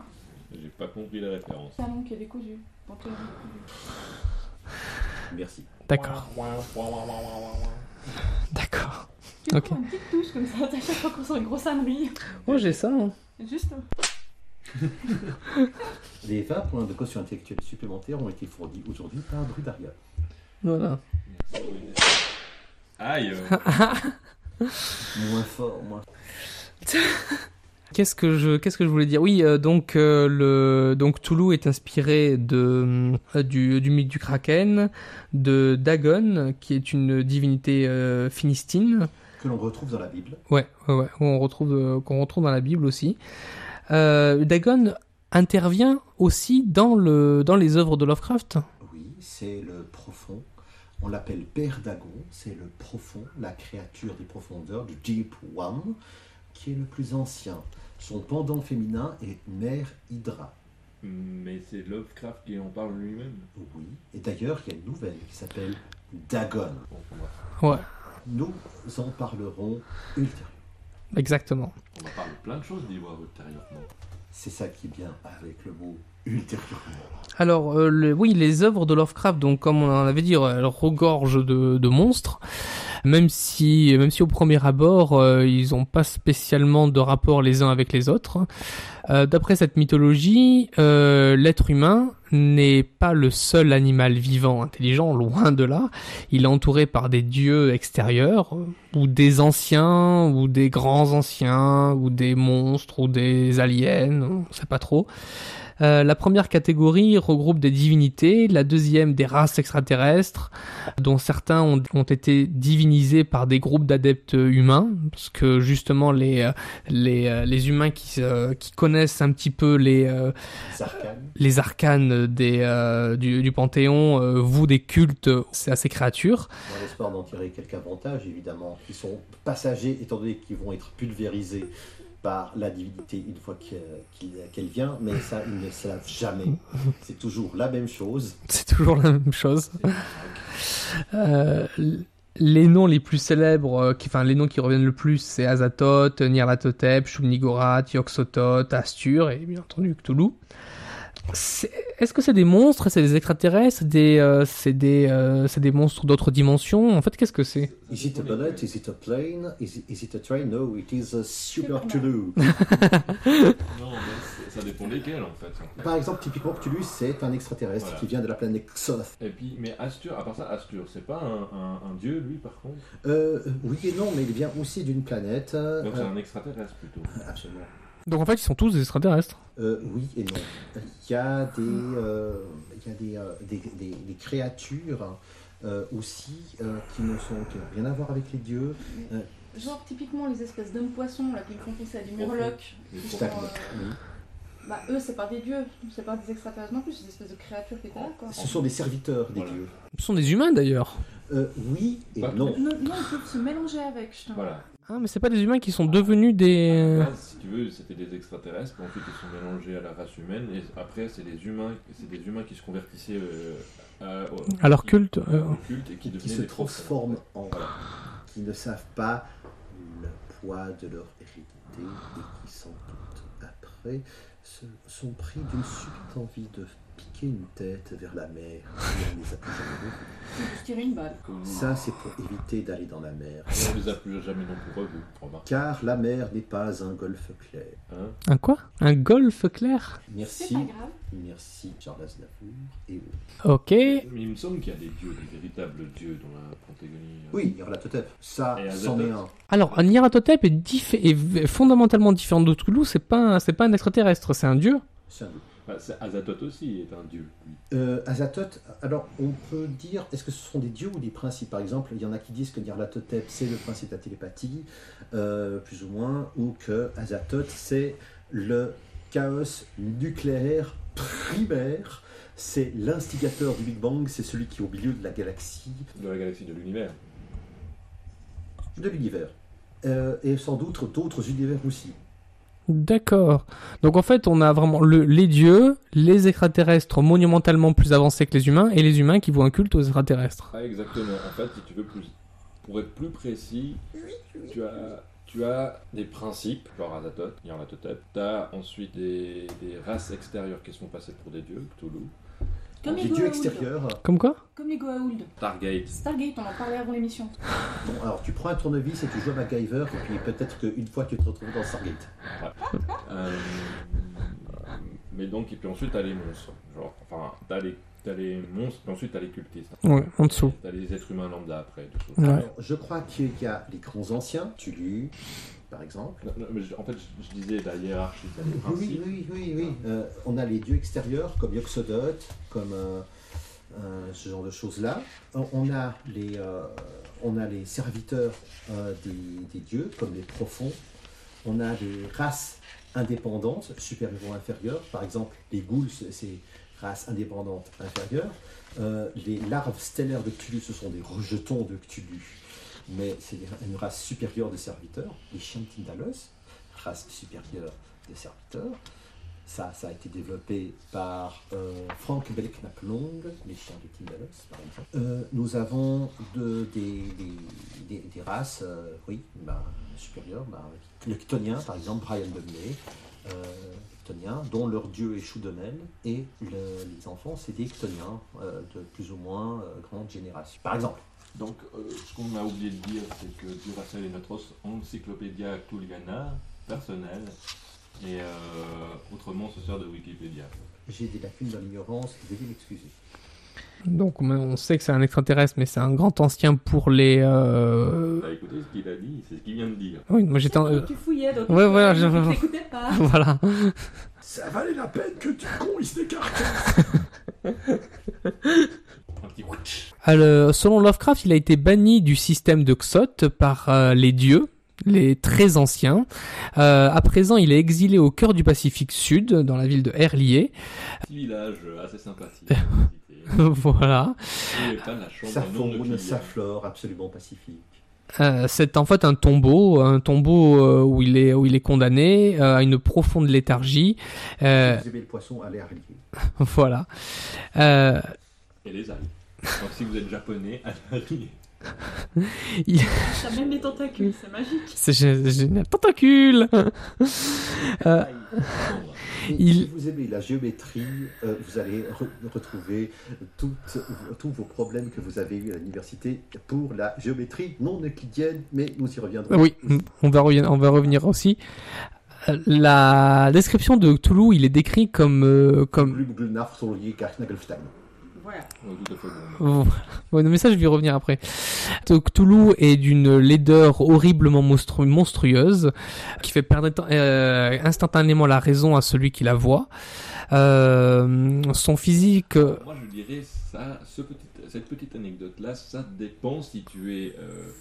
J'ai pas compris la référence.
Salon qui est décousu. Panthéon qui est décousu.
Merci.
D'accord. D'accord.
Tu
Ok.
prends une petite touche comme ça, à chaque fois qu'on sent une grosse ânerie.
Oh, j'ai ça. hein.
Juste.
Les 20 points de caution intellectuelle supplémentaires ont été fournis aujourd'hui par Brudaria.
Voilà.
Aïe euh,
Moins fort, moins.
Qu'est-ce que je qu'est-ce que je voulais dire Oui, euh, donc euh, le donc Toulouse est inspiré de euh, du, du mythe du kraken, de Dagon qui est une divinité euh, philistine.
Que l'on retrouve dans la Bible.
Ouais, ouais, ouais, qu'on retrouve, euh, qu'on retrouve dans la Bible aussi. Euh, Dagon intervient aussi dans, le, dans les œuvres de Lovecraft.
Oui, c'est le profond. On l'appelle Père Dagon, c'est le profond, la créature des profondeurs, du Deep One, qui est le plus ancien. Son pendant féminin est Mère Hydra.
Mais c'est Lovecraft qui en parle lui-même.
Oui, et d'ailleurs, il y a une nouvelle qui s'appelle Dagon.
Bon, on va-
Ouais.
Nous en parlerons ultérieurement.
Exactement.
On va parler de plein de choses d'Ivoire ultérieurement.
C'est ça qui est bien avec le mot ultérieurement.
Alors, euh, le- oui, les œuvres de Lovecraft, donc comme on en avait dit, elles regorgent de, de monstres. Même si, même si au premier abord, euh, ils n'ont pas spécialement de rapport les uns avec les autres. Euh, D'après cette mythologie, euh, l'être humain n'est pas le seul animal vivant intelligent, loin de là. Il est entouré par des dieux extérieurs, euh, ou des anciens, ou des grands anciens, ou des monstres, ou des aliens, on sait pas trop. Euh, la première catégorie regroupe des divinités, la deuxième des races extraterrestres, dont certains ont, ont été divinisés par des groupes d'adeptes humains, parce que justement les, euh, les, euh, les humains qui, se- qui connaissent un petit peu les, euh,
Sarkane.
les arcanes des, euh, du, du Panthéon euh, vouent des cultes à ces créatures.
Dans l'espoir d'en tirer quelques avantages, évidemment, qui sont passagers, étant donné qu'ils vont être pulvérisés par la divinité une fois que- qu'il- qu'elle vient, mais ça, ils ne le savent jamais. C'est toujours la même chose.
C'est toujours la même chose. Euh, l- les noms les plus célèbres, euh, qui, enfin les noms qui reviennent le plus, c'est Azathoth, Nyarlathotep, Shumnigorath, Yoxototh, Astur et bien entendu Cthulhu. C'est- Est-ce que c'est des monstres, c'est des extraterrestres, des, euh, c'est des, euh, c'est des monstres d'autres dimensions En fait, qu'est-ce que c'est
Is it a bullet? Is it a plane? Is it, is it a train? No, it is a super Cthulhu.
Non, mais c'est- ça dépend lesquels en fait.
Par exemple, typiquement Cthulhu, c'est un extraterrestre
Voilà.
qui vient de la planète Xoth.
Et puis, mais Astur, à part ça, Astur, c'est pas un, un- un dieu lui par contre
Euh, oui et non, mais il vient aussi d'une planète. euh,
Donc c'est un extraterrestre plutôt.
absolument.
Donc en fait, ils sont tous des extraterrestres.
Euh, oui et non. Il y a des, euh, il y a des, euh, des, des- des créatures euh, aussi euh, qui ne sont qui n'ont rien à voir avec les dieux.
Genre typiquement les espèces d'hommes poissons là qui font penser à des murlocs.
Les
qui
Tout
sont,
à
faucons.
fait.
euh,
Oui.
Bah eux c'est pas des dieux, c'est pas des extraterrestres non plus, c'est des espèces de créatures qui étaient là quoi.
Ce sont des serviteurs des
Voilà.
dieux.
Ce sont des humains d'ailleurs.
Euh, oui et
Bah,
non.
Non, non, ils peuvent se mélanger avec, je t'en-
Voilà.
Ah, mais c'est pas des humains qui sont devenus
À
des. euh,
la base, si tu veux, c'était des extraterrestres, puis ensuite ils sont mélangés à la race humaine, et après c'est des humains, c'est des humains qui se convertissaient euh, à, au-
À leur culte, euh.
au culte et
qui
qui devenaient
se
des prophètes.
transforment en qui ne savent pas le poids de leur hérédité et qui sans doute après se- sont pris d'une subite envie de piquer une tête vers la mer et on les a plus jamais revus.
Ils peuvent se tirer une balle.
Comme-
Ça c'est pour éviter d'aller dans la mer.
On les a plus jamais non plus revus, remarque.
Car la mer n'est pas un golfe clair.
Hein
Un quoi Un golfe clair
C'est
Merci,
pas grave.
merci Charles Aznavour et autres.
Ok.
Mais il me semble qu'il y a des dieux, des véritables dieux dans la Panthéonie. euh.
Oui, il y aura la totale. Ça,
Et
c'en est
Azathoth.
un.
Alors, un Nyarlathotep est, diff- est v- fondamentalement différent de Cthulhu, c'est pas, un- c'est pas un extraterrestre, c'est un dieu.
C'est un
Bah, c'est- Azathoth aussi est un dieu. lui.
Euh, Azathoth, alors on peut dire, est-ce que ce sont des dieux ou des principes Par exemple, il y en a qui disent que Nyarlathotep c'est le principe de la télépathie, euh, plus ou moins, ou que Azathoth c'est le chaos nucléaire primaire, c'est l'instigateur du Big Bang, c'est celui qui est au milieu de la galaxie,
De la galaxie de l'univers.
de l'univers. Euh, et sans doute d'autres univers aussi.
D'accord. Donc en fait, on a vraiment le- les dieux, les extraterrestres monumentalement plus avancés que les humains, et les humains qui voient un culte aux extraterrestres.
Ah, exactement. En fait, si tu veux plus. Pour être plus précis, tu as. Tu as des principes, genre Azathoth, Nyarlathotep. Tu as ensuite des, des races extérieures qui sont passées pour des dieux, Cthulhu.
Comme
Des
les
dieux
Goa'uld.
extérieurs.
Comme quoi
Comme les Goa'uld.
Stargate.
Stargate, on en parlait avant l'émission.
Bon, alors tu prends un tournevis et tu joues à MacGyver, et puis peut-être qu'une fois tu te retrouves dans Stargate.
Euh, mais donc, et puis ensuite, t'as les monstres. Genre, enfin, t'as les, t'as les monstres, puis ensuite t'as les cultistes.
Ouais, en dessous.
T'as les êtres humains lambda après. du coup.
Ouais.
Alors, je crois qu'il y a les grands anciens, Tulu, par exemple.
Non, non, mais je- en fait, je, je disais la hiérarchie, t'as les
Oui, oui,
principes.
oui, oui. oui. Euh, on a les dieux extérieurs, comme Yoxodote, comme euh, euh, ce genre de choses-là. On- On a les, euh, on a les serviteurs euh, des, des dieux, comme les profonds. On a les races indépendantes, supérieures ou inférieures. Par exemple, les ghouls, c'est- c'est race indépendante inférieure. Euh, les larves stellaires de Cthulhu, ce sont des rejetons de Cthulhu, mais c'est une race supérieure de serviteurs. Les chiens de Tindalos, race supérieure de serviteurs. Ça, ça a été développé par euh, Frank Belknap-Long, Les chiens de Timbalos, par exemple. Euh, nous avons de- des, des- des- des races, euh, oui, bah, supérieures. bah, le Ctonien, par exemple, Brian Dudley, euh, Ctoniens, dont leur dieu échoue d'eux-mêmes, et le- les enfants, c'est des Ctoniens euh, de plus ou moins euh, grande génération. Par exemple,
Donc, euh, ce qu'on a oublié de dire, c'est que Duracell est notre encyclopédia Actuliana personnelle, et euh, autrement, ce sert de Wikipédia.
j'ai des lacunes dans l'ignorance, veuillez m'excuser.
Donc on- on sait que c'est un extraterrestre, mais c'est un grand ancien pour les. euh,
Bah, écoutez, ce qu'il a dit, c'est ce qu'il vient de dire.
Oui, moi j'étais. en- euh,
Tu fouillais, donc euh,
Ouais, voilà,
tu
je-
t'écoutais pas.
Voilà.
Ça valait la peine que tu con, il s'écarte.
Un petit witch.
Alors, selon Lovecraft, il a été banni du système de Xot par euh, les dieux, les très anciens. Euh, à présent, il est exilé au cœur du Pacifique Sud, dans la ville de Herlier.
Petit village euh, assez sympathique.
voilà.
Et pas la chambre
Sa
non de
faune,
Kylian.
sa flore, absolument pacifique.
Euh, c'est en fait un tombeau, un tombeau euh, où il est où il est condamné euh, à une profonde léthargie. Euh,
Si Vous aimez le poisson, allez à Rivier.
voilà. Euh,
Et les algues. Donc, si vous êtes japonais, allez
T'as même les tentacules, c'est magique.
c'est gé- génial. Tentacule. Euh,
Et
Il-
Si vous aimez la géométrie, euh, vous allez re- retrouver toutes- tous vos problèmes que vous avez eus à l'université pour la géométrie non euclidienne, mais nous y reviendrons.
Oui, on va, revenir- on va revenir aussi. Euh, La description de Cthulhu, il est décrit comme... euh, comme...
Blum, Glunnar, sont liés Nagelstein.
Voilà.
tout à fait bon.
Bon, non, mais ça, je vais y revenir après. Donc, Cthulhu est d'une laideur horriblement monstru- monstrueuse, qui fait perdre euh, instantanément la raison à celui qui la voit. Euh, son physique... euh,
Moi, je dirais, ça, ce petit- cette petite anecdote-là, ça dépend si tu es. euh, euh,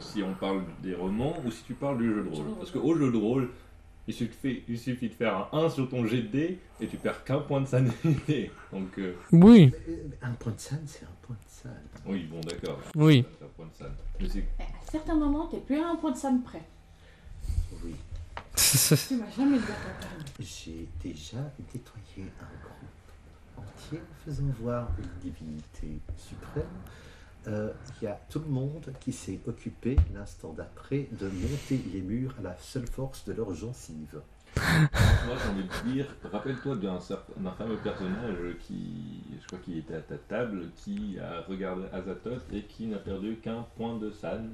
si on parle des romans ou si tu parles du jeu de rôle. Parce qu'au jeu de rôle, il suffit, il suffit de faire un 1 sur ton jet de dés et tu perds qu'un point de sanité. Donc, euh,
Oui,
Euh, Un point de san, c'est un point de san.
oui, bon, d'accord.
oui.
Un point de san. Mais c'est-
Mais Eh, à certains moments, t'es plus à un point de Sam près.
Oui,
Tu m'as jamais dit à ta parole.
j'ai déjà nettoyé un groupe entier en faisant voir une divinité suprême. Euh, Il y a tout le monde qui s'est occupé l'instant d'après de monter les murs à la seule force de leurs gencives.
Moi, j'ai envie de dire, rappelle-toi d'un certain- d'un fameux personnage qui, je crois qu'il était à ta table, qui a regardé Azathoth et qui n'a perdu qu'un point de san.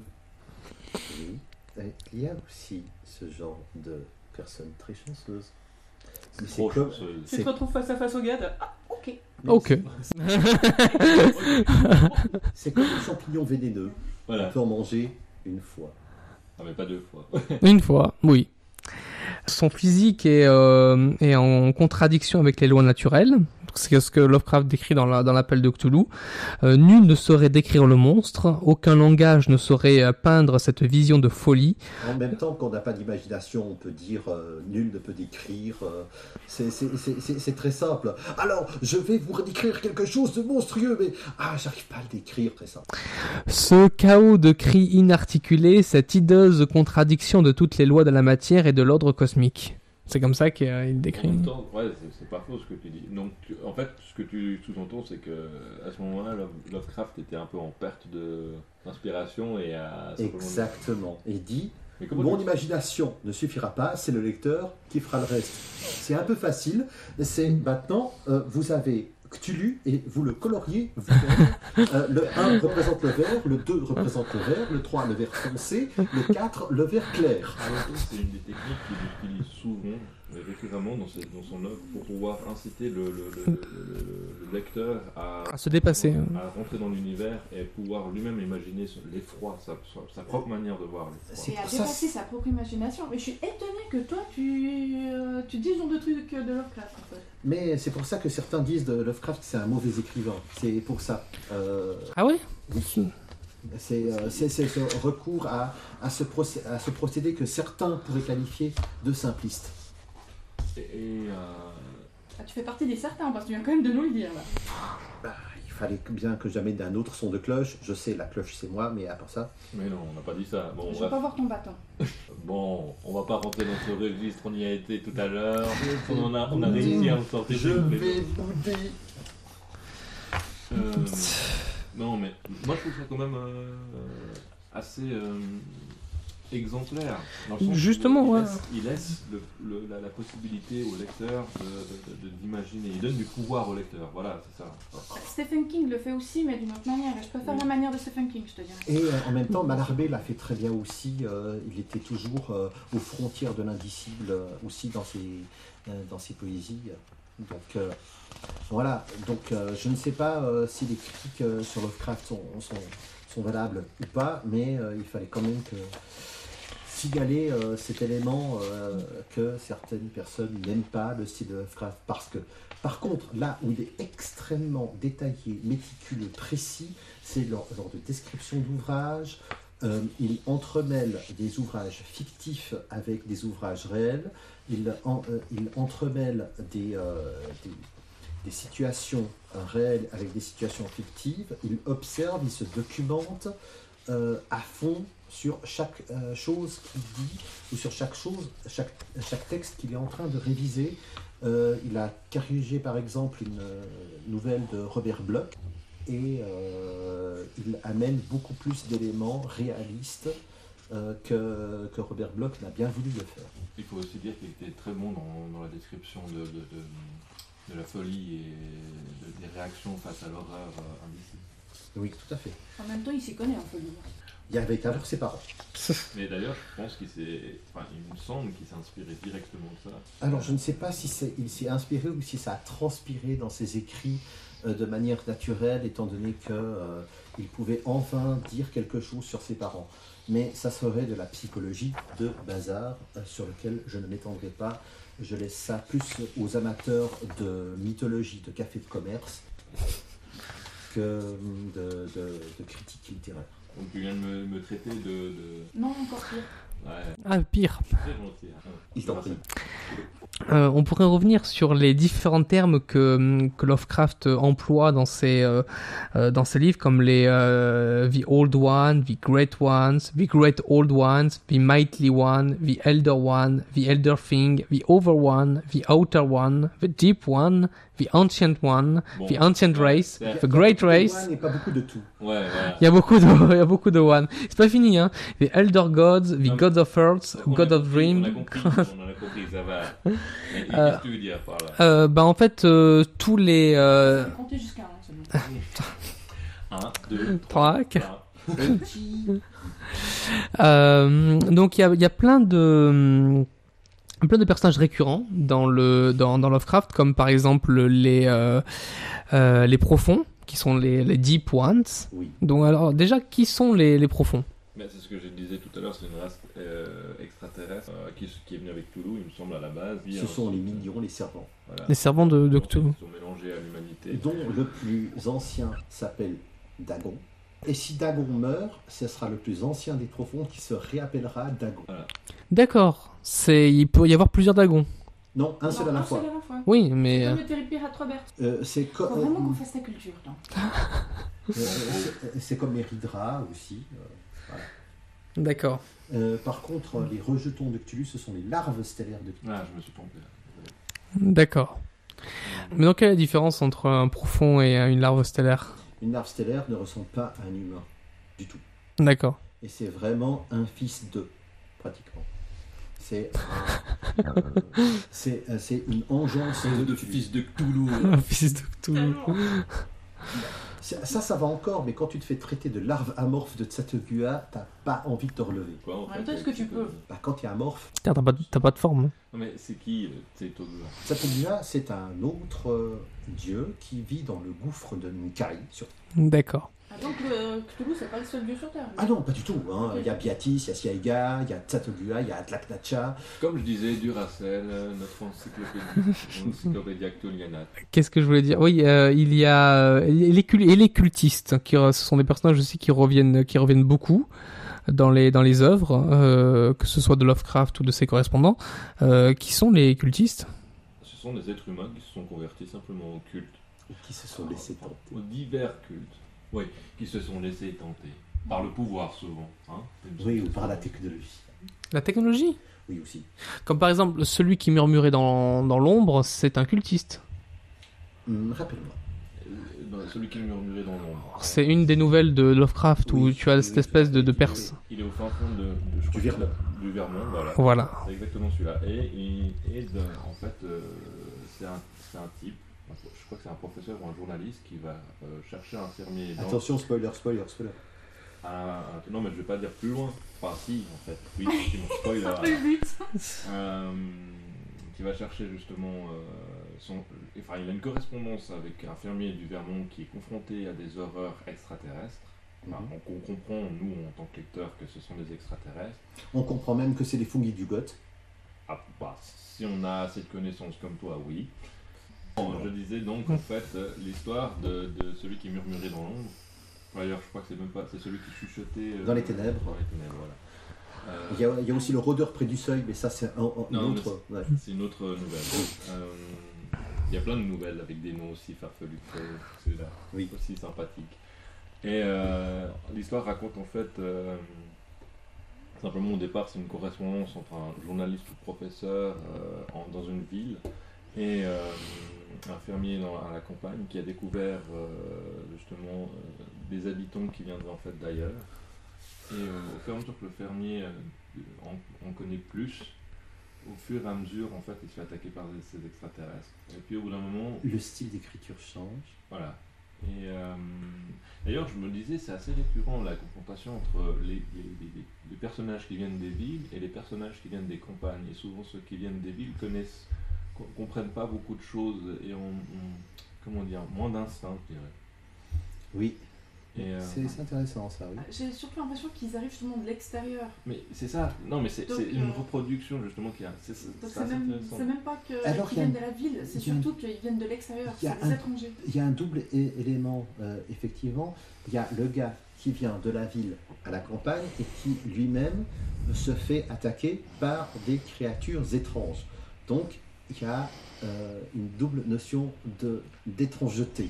Oui. Et il y a aussi ce genre de personnes très chanceuses. Mais c'est
Trop
comme-
chanceuse.
c'est-
retrouves face à face au gars de Ah, ok.
mais
Ok.
c'est- C'est comme un champignon vénéneux. On
Voilà.
peut en manger une fois.
Non, mais pas deux fois.
Une fois, oui. Son physique est, euh, est en contradiction avec les lois naturelles. C'est ce que Lovecraft décrit dans la- dans l'appel de Cthulhu. Euh, nul ne saurait décrire le monstre, aucun langage ne saurait euh, peindre cette vision de folie.
En même temps qu'on n'a pas d'imagination, on peut dire euh, nul ne peut décrire. euh, c'est- c'est- c'est c'est- c'est très simple. Alors, je vais vous décrire quelque chose de monstrueux, mais ah, j'arrive pas à le décrire, très simple.
Ce chaos de cris inarticulés, cette hideuse contradiction de toutes les lois de la matière et de l'ordre cosmique. C'est comme ça qu'il euh, il
En
décrit.
même temps, ouais, c'est- c'est pas faux ce que tu dis. Donc, tu- en fait, ce que tu sous-entends, c'est que à ce moment-là, Love- Lovecraft était un peu en perte de- d'inspiration et à.
Exactement. Et dit,
Mais comment
Mon
tu-
imagination ne suffira pas, c'est le lecteur qui fera le reste. C'est un peu facile. C'est maintenant, euh, vous avez Cthulhu et vous le coloriez vous-même. Euh, le 1 représente le vert, le 2 représente le vert, le 3 le vert foncé, le 4 le vert clair.
En même temps, C'est une des techniques qu'il utilise souvent, euh, récurremment dans, ses- dans son œuvre pour pouvoir inciter le, le- le- le- le lecteur à,
À se dépasser.
à rentrer dans l'univers et pouvoir lui-même imaginer son- l'effroi, sa, sa- sa propre manière de voir l'effroi.
C'est
Et à
pour ça-
dépasser sa propre imagination. Mais je suis étonnée que toi, tu, euh, tu dis ce genre de trucs euh, de Lovecraft, en fait.
Mais c'est pour ça que certains disent de Lovecraft que c'est un mauvais écrivain. C'est pour ça. Euh,
Ah ouais
C'est euh, c'est- c'est ce recours à, à ce procé- à ce procédé que certains pourraient qualifier de simpliste.
Et, euh, et, euh,
Ah, tu fais partie des certains, parce que tu viens quand même de nous le dire, là.
Bah, il fallait que- bien que j'amène un autre son de cloche. Je sais, la cloche c'est moi, mais à part ça.
Mais non, on n'a pas dit ça. Bon,
Je veux
bref.
pas voir ton bâton.
Bon, on va pas rentrer dans ce registre, on y a été tout à l'heure.
Je
On en a, on a
vais
réussi à en
bouder.
sortir.
Je
toutes les
vais
autres.
bouder.
Euh, non, mais moi je trouve ça quand même euh, assez euh, exemplaire. dans le sens où
Justement,
il
ouais.
laisse, il laisse le- le- la, la possibilité au lecteur de- de- de- d'imaginer. Il donne du pouvoir au lecteur. Voilà, c'est ça.
Stephen King le fait aussi, mais d'une autre manière. Et je préfère
Oui.
la manière de Stephen King, je te dirais.
Et euh, en même temps, Malarbé l'a fait très bien aussi. euh, il était toujours euh, aux frontières de l'indicible euh, aussi dans ses, euh, dans ses poésies. Donc euh, voilà. Donc euh, je ne sais pas euh, si les critiques euh, sur Lovecraft sont, sont, sont valables ou pas, mais euh, il fallait quand même que signaler euh, cet élément euh, que certaines personnes n'aiment pas le style de Lovecraft parce que par contre là où il est extrêmement détaillé, méticuleux, précis, c'est lors, lors de description d'ouvrages. Euh, il entremêle des ouvrages fictifs avec des ouvrages réels. Il, en- euh, il entremêle des, euh, des, des situations euh, réelles avec des situations fictives. Il observe, il se documente euh, à fond sur chaque euh, chose qu'il dit ou sur chaque chose, chaque, chaque texte qu'il est en train de réviser. Euh, il a corrigé par exemple une euh, nouvelle de Robert Bloch et euh, il amène beaucoup plus d'éléments réalistes euh, que, que Robert Bloch n'a bien voulu le faire.
Il faut aussi dire qu'il était très bon dans, dans la description de, de- de- de la folie et de- des réactions face à l'horreur euh, indicible.
Oui, tout à fait.
En même temps, il s'y connaît un peu, lui.
Il y avait qu'à ses parents.
Mais d'ailleurs, je pense qu'il s'est. Enfin, il me semble qu'il s'est inspiré directement de ça.
Alors, je ne sais pas si c'est- il s'est inspiré ou si ça a transpiré dans ses écrits euh, de manière naturelle, étant donné qu'il pouvait enfin dire quelque chose sur ses parents. Mais ça serait de la psychologie de bazar euh, sur lequel je ne m'étendrai pas. Je laisse ça plus aux amateurs de mythologie, de café de commerce, que de, de- de critique littéraire.
Donc, tu viens de me, me traiter de. de-
Non, encore pire.
Ouais,
Ah, pire.
très gentil. hein.
Il t'en prie.
Euh, on pourrait revenir sur les différents termes que, que Lovecraft euh, emploie dans ses, euh, euh, dans ses livres, comme les euh, The Old One, The Great Ones, The Great Old Ones, The Mighty One, The Elder One, The Elder Thing, The Over One, The Outer One, The Deep One, The Ancient One,
Bon.
The Ancient Race,
C'est-
The Great
Il y a
Race.
pas beaucoup de one et pas beaucoup de tout.
Ouais, voilà.
Il y a beaucoup de, il y a beaucoup de One. C'est pas fini, hein. The Elder Gods,
Non,
The Gods of Earth,
On a
God Euh, of
compris,
Dream.
On a compris, on en a compris, ça va. Mais Qu'est-ce que tu veux dire par là
Euh, bah en fait euh, tous les euh,
Comptez jusqu'à un, seulement.
Ah,
1, 2,
trois,
3,
quatre. Euh, donc il y a, il y a plein de hum, plein de personnages récurrents dans le dans, dans Lovecraft comme par exemple les euh, euh, les profonds qui sont les, les deep ones
Oui.
donc alors déjà qui sont les, les profonds
Mais c'est ce que je disais tout à l'heure, c'est une race euh, extraterrestre euh, qui, qui est venue avec Toulouse, il me semble, à la base. Puis,
Ce
euh,
sont les mignons, les servants.
Voilà.
les servants de, de Cthulhu
Ils sont mélangés à l'humanité.
dont le plus ancien s'appelle Dagon. Et si Dagon meurt, ce sera le plus ancien des profonds qui se réappellera Dagon.
d'accord c'est il peut y avoir plusieurs dragons
Non, un seul à la
un
fois.
seul à la fois.
oui mais euh,
Comme le terrible pirate Robert.
Euh, c'est co-
Faut vraiment qu'on fasse ta culture, non
euh, c'est- c'est comme les Ridra aussi.
d'accord
Euh, par contre, euh, les rejetons de Cthulhu, ce sont les larves stellaires de Cthulhu.
Ah, je me suis trompé.
d'accord mais donc quelle est la différence entre un profond et euh, une larve stellaire
Une larve stellaire ne ressemble pas à un humain du tout.
d'accord
Et c'est vraiment un fils d'eux, pratiquement. C'est euh, c'est euh, c'est une engeance de
de
Cthulhu.
fils de Cthulhu.
fils de Cthulhu
Ça, ça, ça va encore, mais quand tu te fais traiter de larve amorphe de Tsatogua, t'as pas envie de te relever.
Quoi, en
En
fait,
même temps, est-ce
euh,
que tu
c'est-
peux
Bah, quand t'es amorphe,
Putain, t'as pas, t'as pas de forme.
Non, mais c'est qui, euh, c'est Toulouse
Tsatogua, c'est un autre euh, dieu qui vit dans le gouffre de Nkai. sur-
D'accord.
Attends que euh, Cthulhu, c'est pas le seul dieu sur Terre. lui.
Ah non, pas du tout. hein. Il y a Biatis, il y a Siaiga, il y a Tsatogua, il y a Atlaknacha.
Comme je disais, Duracell, euh, notre encyclopédie, encyclopédie Actuliana.
Qu'est-ce que je voulais dire Oui, euh, il y a euh, les, cul- et les cultistes, hein, qui re- ce sont des personnages aussi qui reviennent, euh, qui reviennent beaucoup dans les dans les œuvres, euh, que ce soit de Lovecraft ou de ses correspondants, euh, qui sont les cultistes.
Ce sont des êtres humains qui se sont convertis simplement au culte.
et qui se sont laissés tenter.
Aux divers cultes. Oui, qui se sont laissés tenter. Par le pouvoir, souvent. hein.
Oui, ou par la technologie.
La technologie
Oui, aussi.
Comme par exemple, celui qui murmurait dans, dans l'ombre, c'est un cultiste.
Hum, Rappelle-moi.
Euh, ben, celui qui murmurait dans l'ombre.
C'est une des nouvelles de Lovecraft où
Oui,
tu as
oui,
cette
oui,
espèce de, de
oui,
perse.
Il est au fin fond de, de- je crois que-
Vermont.
Du Vermont, voilà.
Voilà.
C'est exactement celui-là. Et, il- et de- en fait, euh, c'est un, c'est un type, je crois que c'est un professeur ou un journaliste qui va euh, chercher un fermier dans
Attention, spoiler, spoiler, spoiler.
un- un- Non, mais je vais pas dire plus loin. Enfin, si, en fait. Oui, effectivement, spoiler.
C'est un peu le but.
Euh, qui va chercher justement euh, son. Enfin, il a une correspondance avec un fermier du Vermont qui est confronté à des horreurs extraterrestres. Enfin,
Mhm.
on, on comprend, nous, en tant que lecteurs, que ce sont des extraterrestres.
On comprend même que c'est des fungis du goth.
Ah, bah, si on a assez de connaissances comme toi, oui. Bon, je disais donc en fait euh, l'histoire de, de celui qui murmurait dans l'ombre. D'ailleurs, je crois que c'est même pas, c'est celui qui chuchotait euh,
Dans les ténèbres.
Dans les ténèbres, voilà. Euh,
Il y, a, il y a aussi le rôdeur près du seuil, mais ça, c'est un, un- un
Non,
autre. ouais.
C'est une autre nouvelle. Euh, Il y a plein de nouvelles avec des noms aussi farfelus que celui-là.
Oui.
Aussi sympathiques. Et euh, l'histoire raconte en fait. euh, simplement au départ, c'est une correspondance entre un journaliste ou professeur euh, en- dans une ville et euh, un fermier dans, à la campagne qui a découvert euh, justement euh, des habitants qui viendraient en fait d'ailleurs. Et euh, au fur et à mesure que le fermier euh, en, en connaît plus, au fur et à mesure en fait il se fait attaquer par des- ces extraterrestres. Et puis au bout d'un moment,
Le style d'écriture change.
voilà. Et euh, d'ailleurs, je me disais, c'est assez récurrent la confrontation entre les, les- les- les personnages qui viennent des villes et les personnages qui viennent des campagnes. Et souvent, ceux qui viennent des villes connaissent, co- comprennent pas beaucoup de choses et ont, ont, comment dire, moins d'instinct, je dirais.
Oui,
Et, euh,
c'est c'est intéressant, ça, oui.
J'ai surtout l'impression qu'ils arrivent justement de l'extérieur.
mais c'est ça. Non, mais c'est
Donc,
c'est une
euh,
reproduction justement qui a. C'est c'est-
Donc
c'est
c'est
assez
même,
intéressant.
c'est même pas que-
Alors,
qu'ils
il y a
viennent de
un-
la ville, c'est
il y a un-
surtout qu'ils viennent de l'extérieur,
il y a
c'est des
un-
étrangers.
Il y a un double é- élément, euh, effectivement. Il y a le gars qui vient de la ville à la campagne et qui lui-même se fait attaquer par des créatures étranges. Donc, il y a euh, une double notion de- d'étrangeté.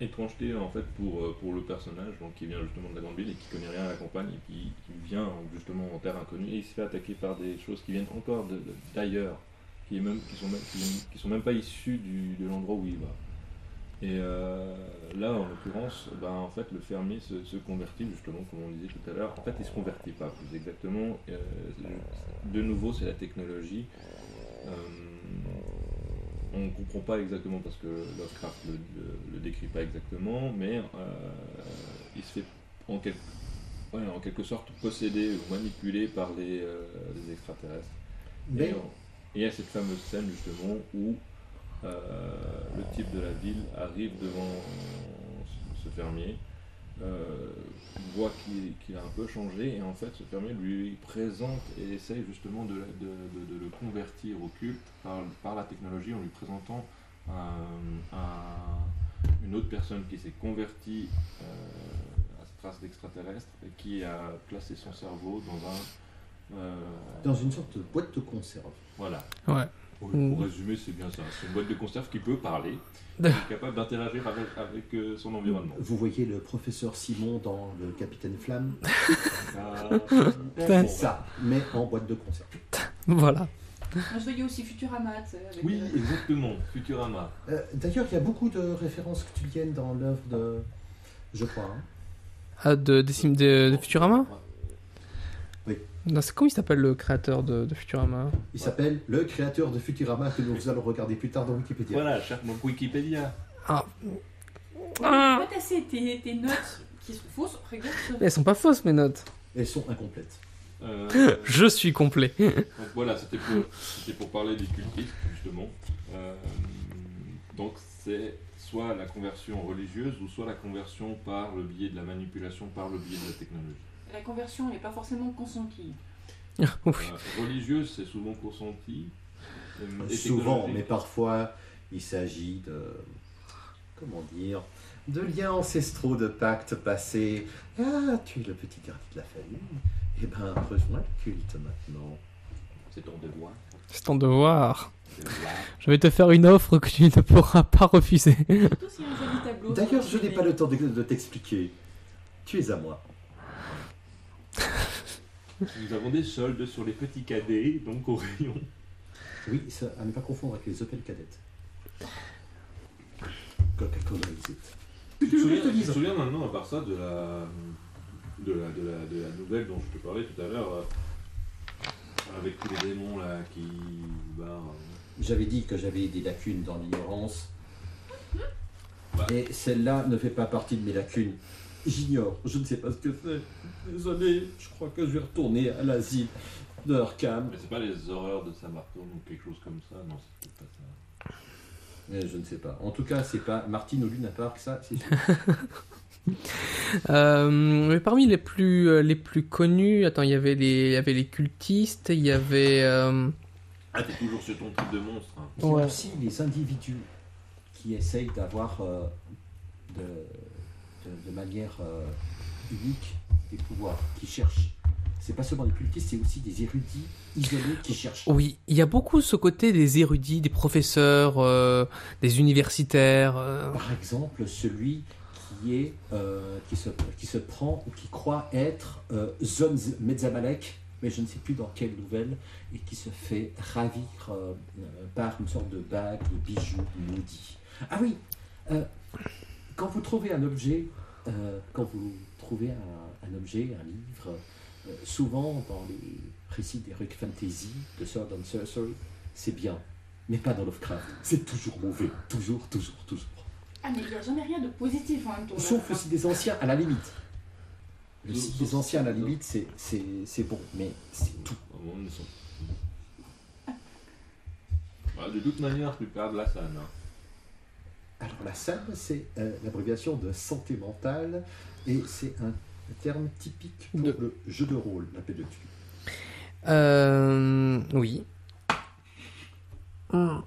étrangeté en fait pour, euh, pour le personnage donc, qui vient justement de la grande ville et qui connaît rien à la campagne et puis qui vient justement en terre inconnue et il se fait attaquer par des choses qui viennent encore de- de- d'ailleurs qui, est même- qui sont même qui, viennent- qui sont même pas issues du- de l'endroit où il va et euh, là en l'occurrence ben, en fait le fermier se, se convertit justement comme on disait tout à l'heure en fait il se convertit pas plus exactement Euh, de nouveau c'est la technologie euh, on ne comprend pas exactement parce que Lovecraft le, le, le décrit pas exactement, mais euh, il se fait en, quel- ouais, en quelque sorte posséder ou manipuler par les, euh, les extraterrestres.
Mais
Et, on- et il y a cette fameuse scène justement où euh, le type de la ville arrive devant ce- ce fermier, euh, voit qu'il qu'il a un peu changé et en fait ce fermier lui présente et essaye justement de, de- de- de le convertir au culte par, par la technologie en lui présentant euh, un- une autre personne qui s'est convertie euh, à cette race d'extraterrestres et qui a placé son cerveau dans un... euh,
dans une sorte de boîte de conserve.
voilà.
Ouais.
Pour,
Mm.
pour résumer, c'est bien ça. C'est une boîte de conserve qui peut parler, qui
D'accord.
est capable d'interagir avec, avec, euh, son environnement.
Vous voyez le professeur Simon dans le Capitaine Flamme
Ah,
Putain.
bon,
Ça, mais en boîte de conserve.
Voilà.
Moi je voyais aussi Futurama, tu sais, avec
Oui,
euh,
exactement. Futurama.
Euh, D'ailleurs, il y a beaucoup de références cthulhiennes dans l'œuvre de. Je crois. hein.
Ah, de, des sim- de, de Futurama
Oui.
Non, c'est comment il s'appelle le créateur de, de Futurama
Il s'appelle Le créateur de Futurama, que nous allons regarder plus tard dans Wikipédia.
Voilà, cher mon Wikipédia.
Ah.
ouais, t'as assez tes, tes notes qui sont fausses, regarde.
Mais Elles sont pas fausses mes notes.
Elles sont incomplètes.
Euh,
Je suis complet.
donc voilà, c'était pour, c'était pour parler des cultistes, justement. Euh, donc c'est soit la conversion religieuse ou soit la conversion par le biais de la manipulation, par le biais de la technologie.
La conversion n'est pas forcément consentie.
Oui.
Euh, religieuse, c'est souvent consenti. euh, et
Souvent,
technologique.
mais parfois, il s'agit de. Comment dire De liens ancestraux, de pactes passés. Ah, tu es le petit dernier de la famille. Eh ben, rejoins le culte maintenant.
C'est ton devoir.
C'est ton devoir. Je vais te faire une offre que tu ne pourras pas refuser.
Surtout s'il y a un joli tableau.
D'ailleurs, je n'ai pas le temps de, de t'expliquer. Tu es à moi.
Nous avons des soldes sur les petits cadets, donc au rayon.
Oui, ça, à ne pas confondre avec les Opel cadettes. Coca-Cola existe.
Tu te souviens, tu te souviens maintenant, à part ça, de la, de la, de la, de la nouvelle dont je te parlais tout à l'heure, euh, avec tous les démons là qui. Bah, euh,
J'avais dit que j'avais des lacunes dans l'ignorance.
Bah.
Et celle-là ne fait pas partie de mes lacunes. J'ignore, je ne sais pas ce que c'est. Désolé, je crois que je vais retourner à l'asile de Arkham.
mais c'est pas les horreurs de Saint-Martin ou quelque chose comme ça, non, c'est peut-être pas ça.
Mais je ne sais pas. En tout cas, c'est pas Martine ou Luna Park, ça, c'est sûr.
Euh, mais parmi les plus, euh, les plus connus, attends, il y avait les, il y avait les cultistes, il y avait. euh,
Ah, t'es toujours sur ton truc de monstre. hein.
C'est
Ouais.
aussi les individus qui essayent d'avoir euh, de, de- de manière euh, unique des pouvoirs, qui cherchent. C'est pas seulement des cultistes, c'est aussi des érudits isolés qui cherchent.
Oui, il y a beaucoup ce côté des érudits, des professeurs, euh, des universitaires. euh.
Par exemple, celui qui, est, euh, qui, se, qui se prend ou qui croit être euh, Zon Mezzamalek, mais je ne sais plus dans quelle nouvelle, et qui se fait ravir euh, euh, par une sorte de bague, de bijoux, de maudit. Ah oui, euh, quand vous trouvez un objet, euh, quand vous trouvez un, un objet, un livre, euh, souvent dans les récits d'Heroic Fantasy, de Sword and Sorcery, c'est bien, mais pas dans Lovecraft. C'est toujours mauvais, toujours, toujours, toujours.
Ah, mais il n'y a jamais rien de positif en même temps.
Sauf aussi des anciens, à la limite. Le
Sauf-
site
sauf-
des anciens, à la limite, c'est- c'est c'est bon, mais c'est tout.
Au moment où ils sont. Bah, de toute manière, tu perds de la scène. hein.
Alors la SAM, c'est euh, l'abréviation de santé mentale, et c'est un terme typique pour
De-
le jeu de rôle, la paix de Dieu.
Euh, oui. Hmm.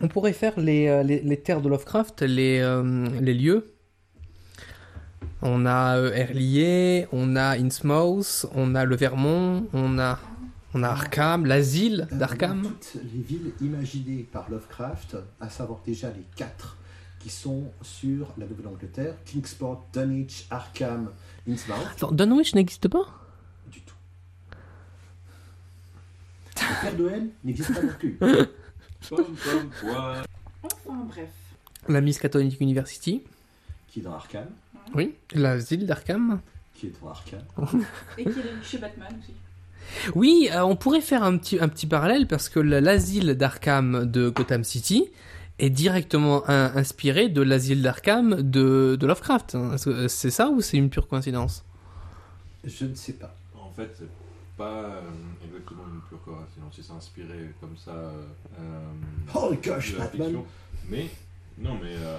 On pourrait faire les, euh, les, les terres de Lovecraft, les, euh, les lieux. On a euh, Erlier, on a Innsmouth, on a le Vermont, on a, on a Arkham, l'asile
Euh,
d'Arkham.
Toutes les villes imaginées par Lovecraft, à savoir déjà les quatre qui sont sur la Nouvelle-Angleterre, Kingsport, Dunwich, Arkham, Innsmouth,
Attends, Dunwich n'existe pas
du tout. Le Père Noël n'existe pas non plus.
Comme, comme quoi.
Enfin, bref.
La Miss Catholic University,
Qui est dans Arkham,
oui. L'asile d'Arkham.
qui est dans Arkham.
Et qui est chez Batman aussi.
Oui, euh, on pourrait faire un petit, un petit parallèle parce que la- l'asile d'Arkham de Gotham City est directement in- inspiré de l'asile d'Arkham de, de Lovecraft. hein. Est-ce que, euh, C'est ça ou c'est une pure coïncidence
Je ne sais pas.
Bah, En fait, c'est pas euh, exactement une pure corps. Sinon, c'est s'inspirer comme ça. euh, euh,
Oh gosh,
de la
Batman.
fiction. Mais, non, mais. euh,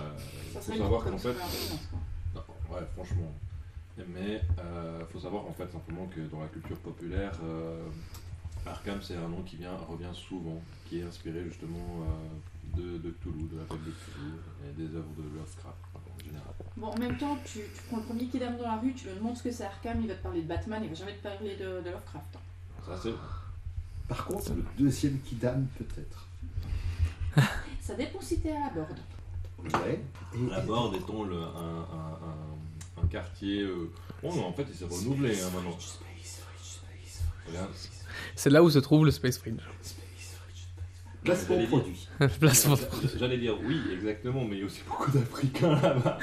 Ça
faut
serait
savoir
une
qu'en fait.
super ambiance, quoi.
Non, ouais, franchement. Mais euh, faut savoir en fait simplement que dans la culture populaire, euh, Arkham c'est un nom qui vient, revient souvent, qui est inspiré justement euh, de, de Cthulhu, de la fable de Cthulhu et des œuvres de Lovecraft en général.
Bon, en même temps, tu, tu prends le premier qui dame dans la rue, tu lui demandes ce que c'est Arkham, il va te parler de Batman, il va jamais te parler de, de Lovecraft. hein.
Ça c'est
Par contre, le deuxième qui dame peut-être.
Ça dépend si t'es à la borde.
Ouais. Et,
la Borde étant le- un, un- un- un quartier. euh, Bon, non, en fait il s'est renouvelé hein, maintenant. Regarde,
C'est là où se trouve le Space Fringe.
Placement
J'allais dire-
produit.
Placement.
J'allais dire oui, exactement, mais il y a aussi beaucoup d'Africains là-bas.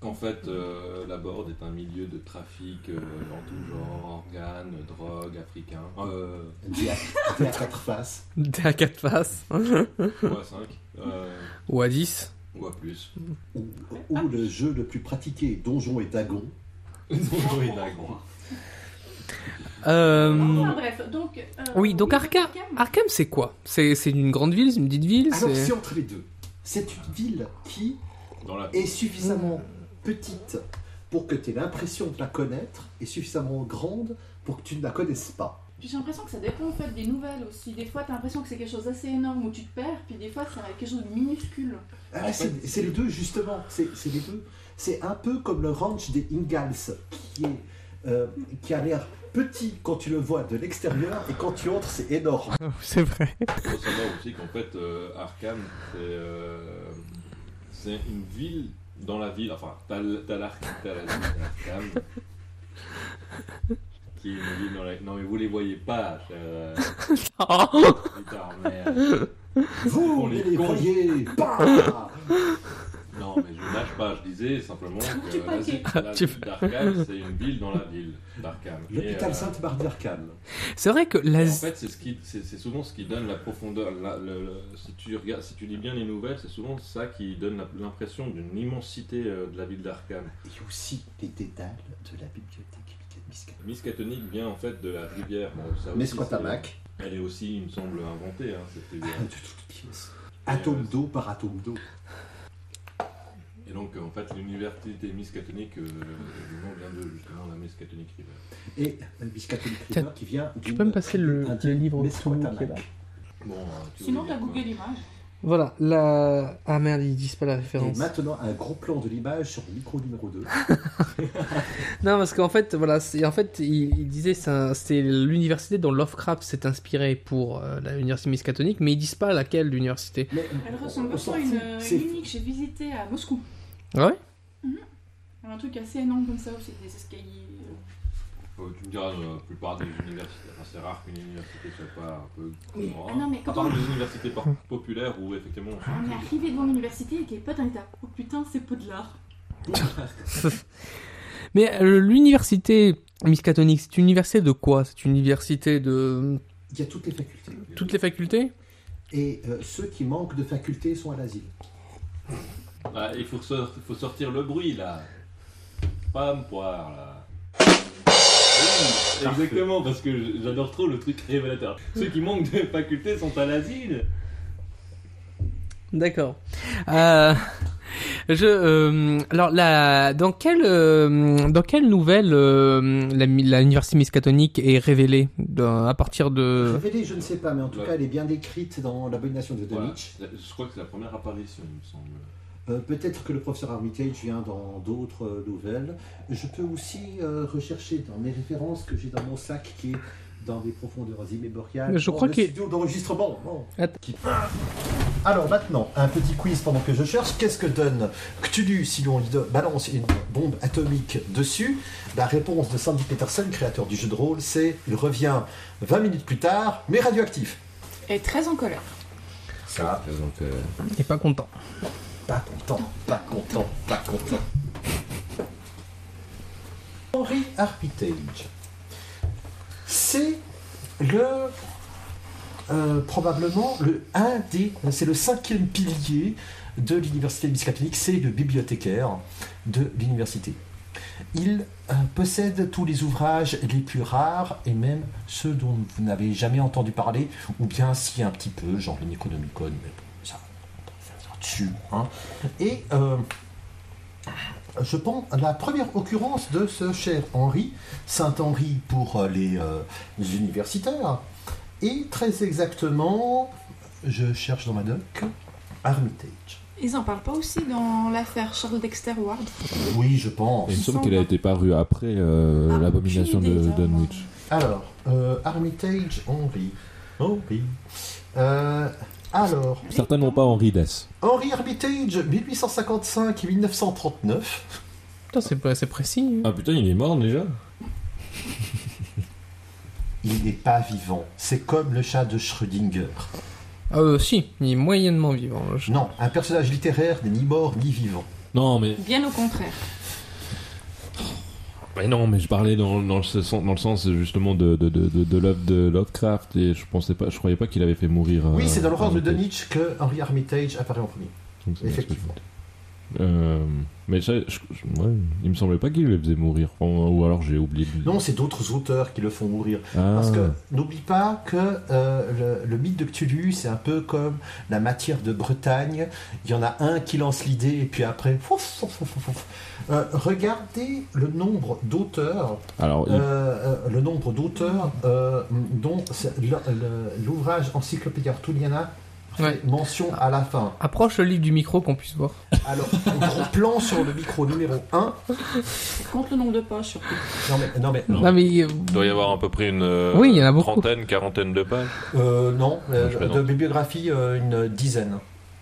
En fait, euh, la Borde est un milieu de trafic euh, en tout genre, organes, drogue, africains. Euh,
Dé à- dé à quatre faces.
T'es à 4 faces. hein,
ou à 5, euh,
Ou à 10.
ou à plus.
Ou, ou le jeu le plus pratiqué, Donjon et Dagon.
Bonjour Hidalgo.
Enfin bref, donc. euh,
Hum. Oui, donc Arkham, Arkham c'est quoi C'est c'est une grande ville, c'est une petite ville
Ah
Alors
c'est-
c'est entre les deux. C'est une ville qui
Dans la...
est suffisamment petite pour que tu aies l'impression de la connaître et suffisamment grande pour que tu ne la connaisses pas.
Puis j'ai l'impression que ça dépend en fait des nouvelles aussi. Des fois, t'as l'impression que c'est quelque chose d'assez énorme où tu te perds, puis des fois, c'est quelque chose de minuscule.
Ah,
En
c'est
fait,
c'est les deux, justement. C'est c'est les deux. C'est un peu comme le ranch des Ingalls, qui, est, euh, qui a l'air petit quand tu le vois de l'extérieur et quand tu entres, c'est énorme.
C'est vrai.
Il faut savoir aussi qu'en fait, euh, Arkham, c'est euh, c'est une ville dans la ville. Enfin, t'as l- t'as l'Ar- t'as la ville d'Arkham, qui est une ville dans la. Non, mais vous les voyez pas, euh, chers
Oh,
euh,
Vous,
On
les,
les compte.
voyez pas
Non, mais je lâche pas, je disais simplement que
Tu
la,
paquais.
la
Tu-
ville d'Arkham, c'est une ville dans la ville d'Arkham. Et,
L'hôpital
euh,
Sainte-Barbe d'Arcane.
C'est vrai que
et
la...
En fait, c'est ce qui- c'est- c'est souvent ce qui donne la profondeur. la- le- le- si, tu regardes, si tu lis bien les nouvelles, c'est souvent ça qui donne la- l'impression d'une immensité euh, de la ville d'Arkham.
Et aussi les dédales de la bibliothèque Miskatonic.
Miskatonic vient en fait de la rivière. Bon, ça aussi,
Mesquatamac.
c'est- Elle est aussi, il me semble, inventée, hein, cette rivière.
De toutes pièces. Atome d'eau par atome d'eau.
Et donc, euh, en fait, l'université Miskatonic, euh, le nom vient de justement la Miskatonic River.
Et euh, Miskatonic
Tiens,
River qui vient
tu peux me passer le- le livre de Toulouse qui est là
Bon, euh, tu
Sinon,
voulais
t'as
dire quoi
Google Images.
Voilà, la... Ah merde, ils disent pas la
Et
référence.
maintenant, un gros plan de l'image sur le micro numéro 2.
Non, parce qu'en fait, voilà, c'est- en fait, il, il disait c'est un- c'est l'université dont Lovecraft s'est inspiré pour euh, la l'université miskatonique, mais ils disent pas laquelle l'université.
Mais
Elle ressemble
on
vachement à
s'en
une
fout.
euh,
C'est-
clinique que j'ai visitée à Moscou. Mhm.
Ah ouais
Elle a Un truc assez énorme comme ça, où c'est des escaliers. euh,
Euh, Tu me diras, euh, la plupart des universités, enfin, c'est rare qu'une université soit pas un peu.
Ah non, mais Ah,
à
quand
part
on,
les universités par- populaires où effectivement on
on est
s'en fout.
arrivé devant l'université et que les potes on était à Oh putain, c'est Poudlard.
Mais euh, l'université miskatonique, c'est une université de quoi C'est une université de euh,
Il y a toutes les facultés.
toutes les facultés
Et euh, ceux qui manquent de facultés sont à l'asile.
Ah, il faut, sor- faut sortir le bruit là. Pas me poire là. Oui, exactement, parce que j- j'adore trop le truc révélateur. Ceux qui manquent de facultés sont à l'asile.
D'accord. Euh, je euh, alors la dans quelle euh, dans quelle nouvelle euh, la, la université miskatonique est révélée dans- à partir de
Révélée, je ne sais pas, mais en tout
Ouais.
cas, elle est bien décrite dans l'abomination de
Voilà.
Dönitch.
Je crois que c'est la première apparition, il me semble.
Euh, Peut-être que le professeur Armitage vient dans d'autres euh, nouvelles. Je peux aussi euh, rechercher dans mes références que j'ai dans mon sac qui est dans les profondeurs immémoriales.
Je
dans
crois
le
qu'il-
studio d'enregistrement. non.
Att-
Qui- Alors maintenant, un petit quiz pendant que je cherche. Qu'est-ce que donne Cthulhu si l'on lui donne- balance une bombe atomique dessus La réponse de Sandy Peterson, créateur du jeu de rôle, c'est il revient 20 minutes plus tard, mais radioactif.
Et très en colère.
Ça,
est pas content.
Pas content, pas content, pas content. Henry Armitage, c'est le euh, probablement le un des, c'est le cinquième pilier de l'université Miskatonic, c'est le bibliothécaire de l'université. Il euh, possède tous les ouvrages les plus rares et même ceux dont vous n'avez jamais entendu parler, ou bien si un petit peu, genre le Necronomicon, mais bon, ça, ça tue, hein. Et euh, je pense la première occurrence de ce cher Henri, Saint Henri pour euh, les, euh, les universitaires, et très exactement, je cherche dans ma doc, Armitage.
Ils en parlent pas aussi dans l'affaire Charles Dexter Ward
Oui, je pense.
Il me semble qu'elle a été
parue après euh,
Ah, l'abomination aucune idée, de- de Dunwich.
Alors, euh, Armitage, Henri. Henri. Euh, alors,
Certains n'ont pas Henri Dess.
Henri Armitage, 1855-1939.
Putain, c'est pas- c'est précis. hein.
Ah putain, il est mort déjà
Il n'est pas vivant. C'est comme le chat de Schrödinger.
Ah euh, si, il est moyennement vivant. je-
Non, un personnage littéraire n'est ni mort ni vivant.
Non, mais,
Bien au contraire.
mais non, mais je parlais dans, dans, le, sens, dans le sens justement de, de, de, de, de l'œuvre de Lovecraft et je pensais pas, je croyais pas qu'il avait fait mourir.
Oui,
euh,
c'est dans l'horreur de
Armitage.
Nietzsche que Henri Armitage apparaît en premier.
Donc, c'est-
Effectivement.
Euh, mais ça, je- je- ouais, il me semblait pas qu'il les faisait mourir. Ou- ou alors j'ai oublié. de-
Non, c'est d'autres auteurs qui le font mourir.
Ah.
Parce que n'oublie pas que euh, le, le mythe de Cthulhu, c'est un peu comme la matière de Bretagne. Il y en a un qui lance l'idée et puis après. fouf, fouf, fouf, fouf, fouf. Euh, regardez le nombre d'auteurs,
Alors, il-
euh, euh, le nombre d'auteurs euh, dont c'est- le- le- l'ouvrage Encyclopédia Arthuliana
Ouais.
Mention à la fin.
Approche le livre du micro qu'on puisse voir.
Alors, gros plan sur le micro numéro 1.
Compte le nombre de pages surtout.
Non mais, non mais,
Non, mais. euh,
Il doit y avoir à peu près une euh,
Oui, il y en a beaucoup.
trentaine, quarantaine de pages.
euh, non, euh,
je plaisante.
de bibliographie, euh, une dizaine,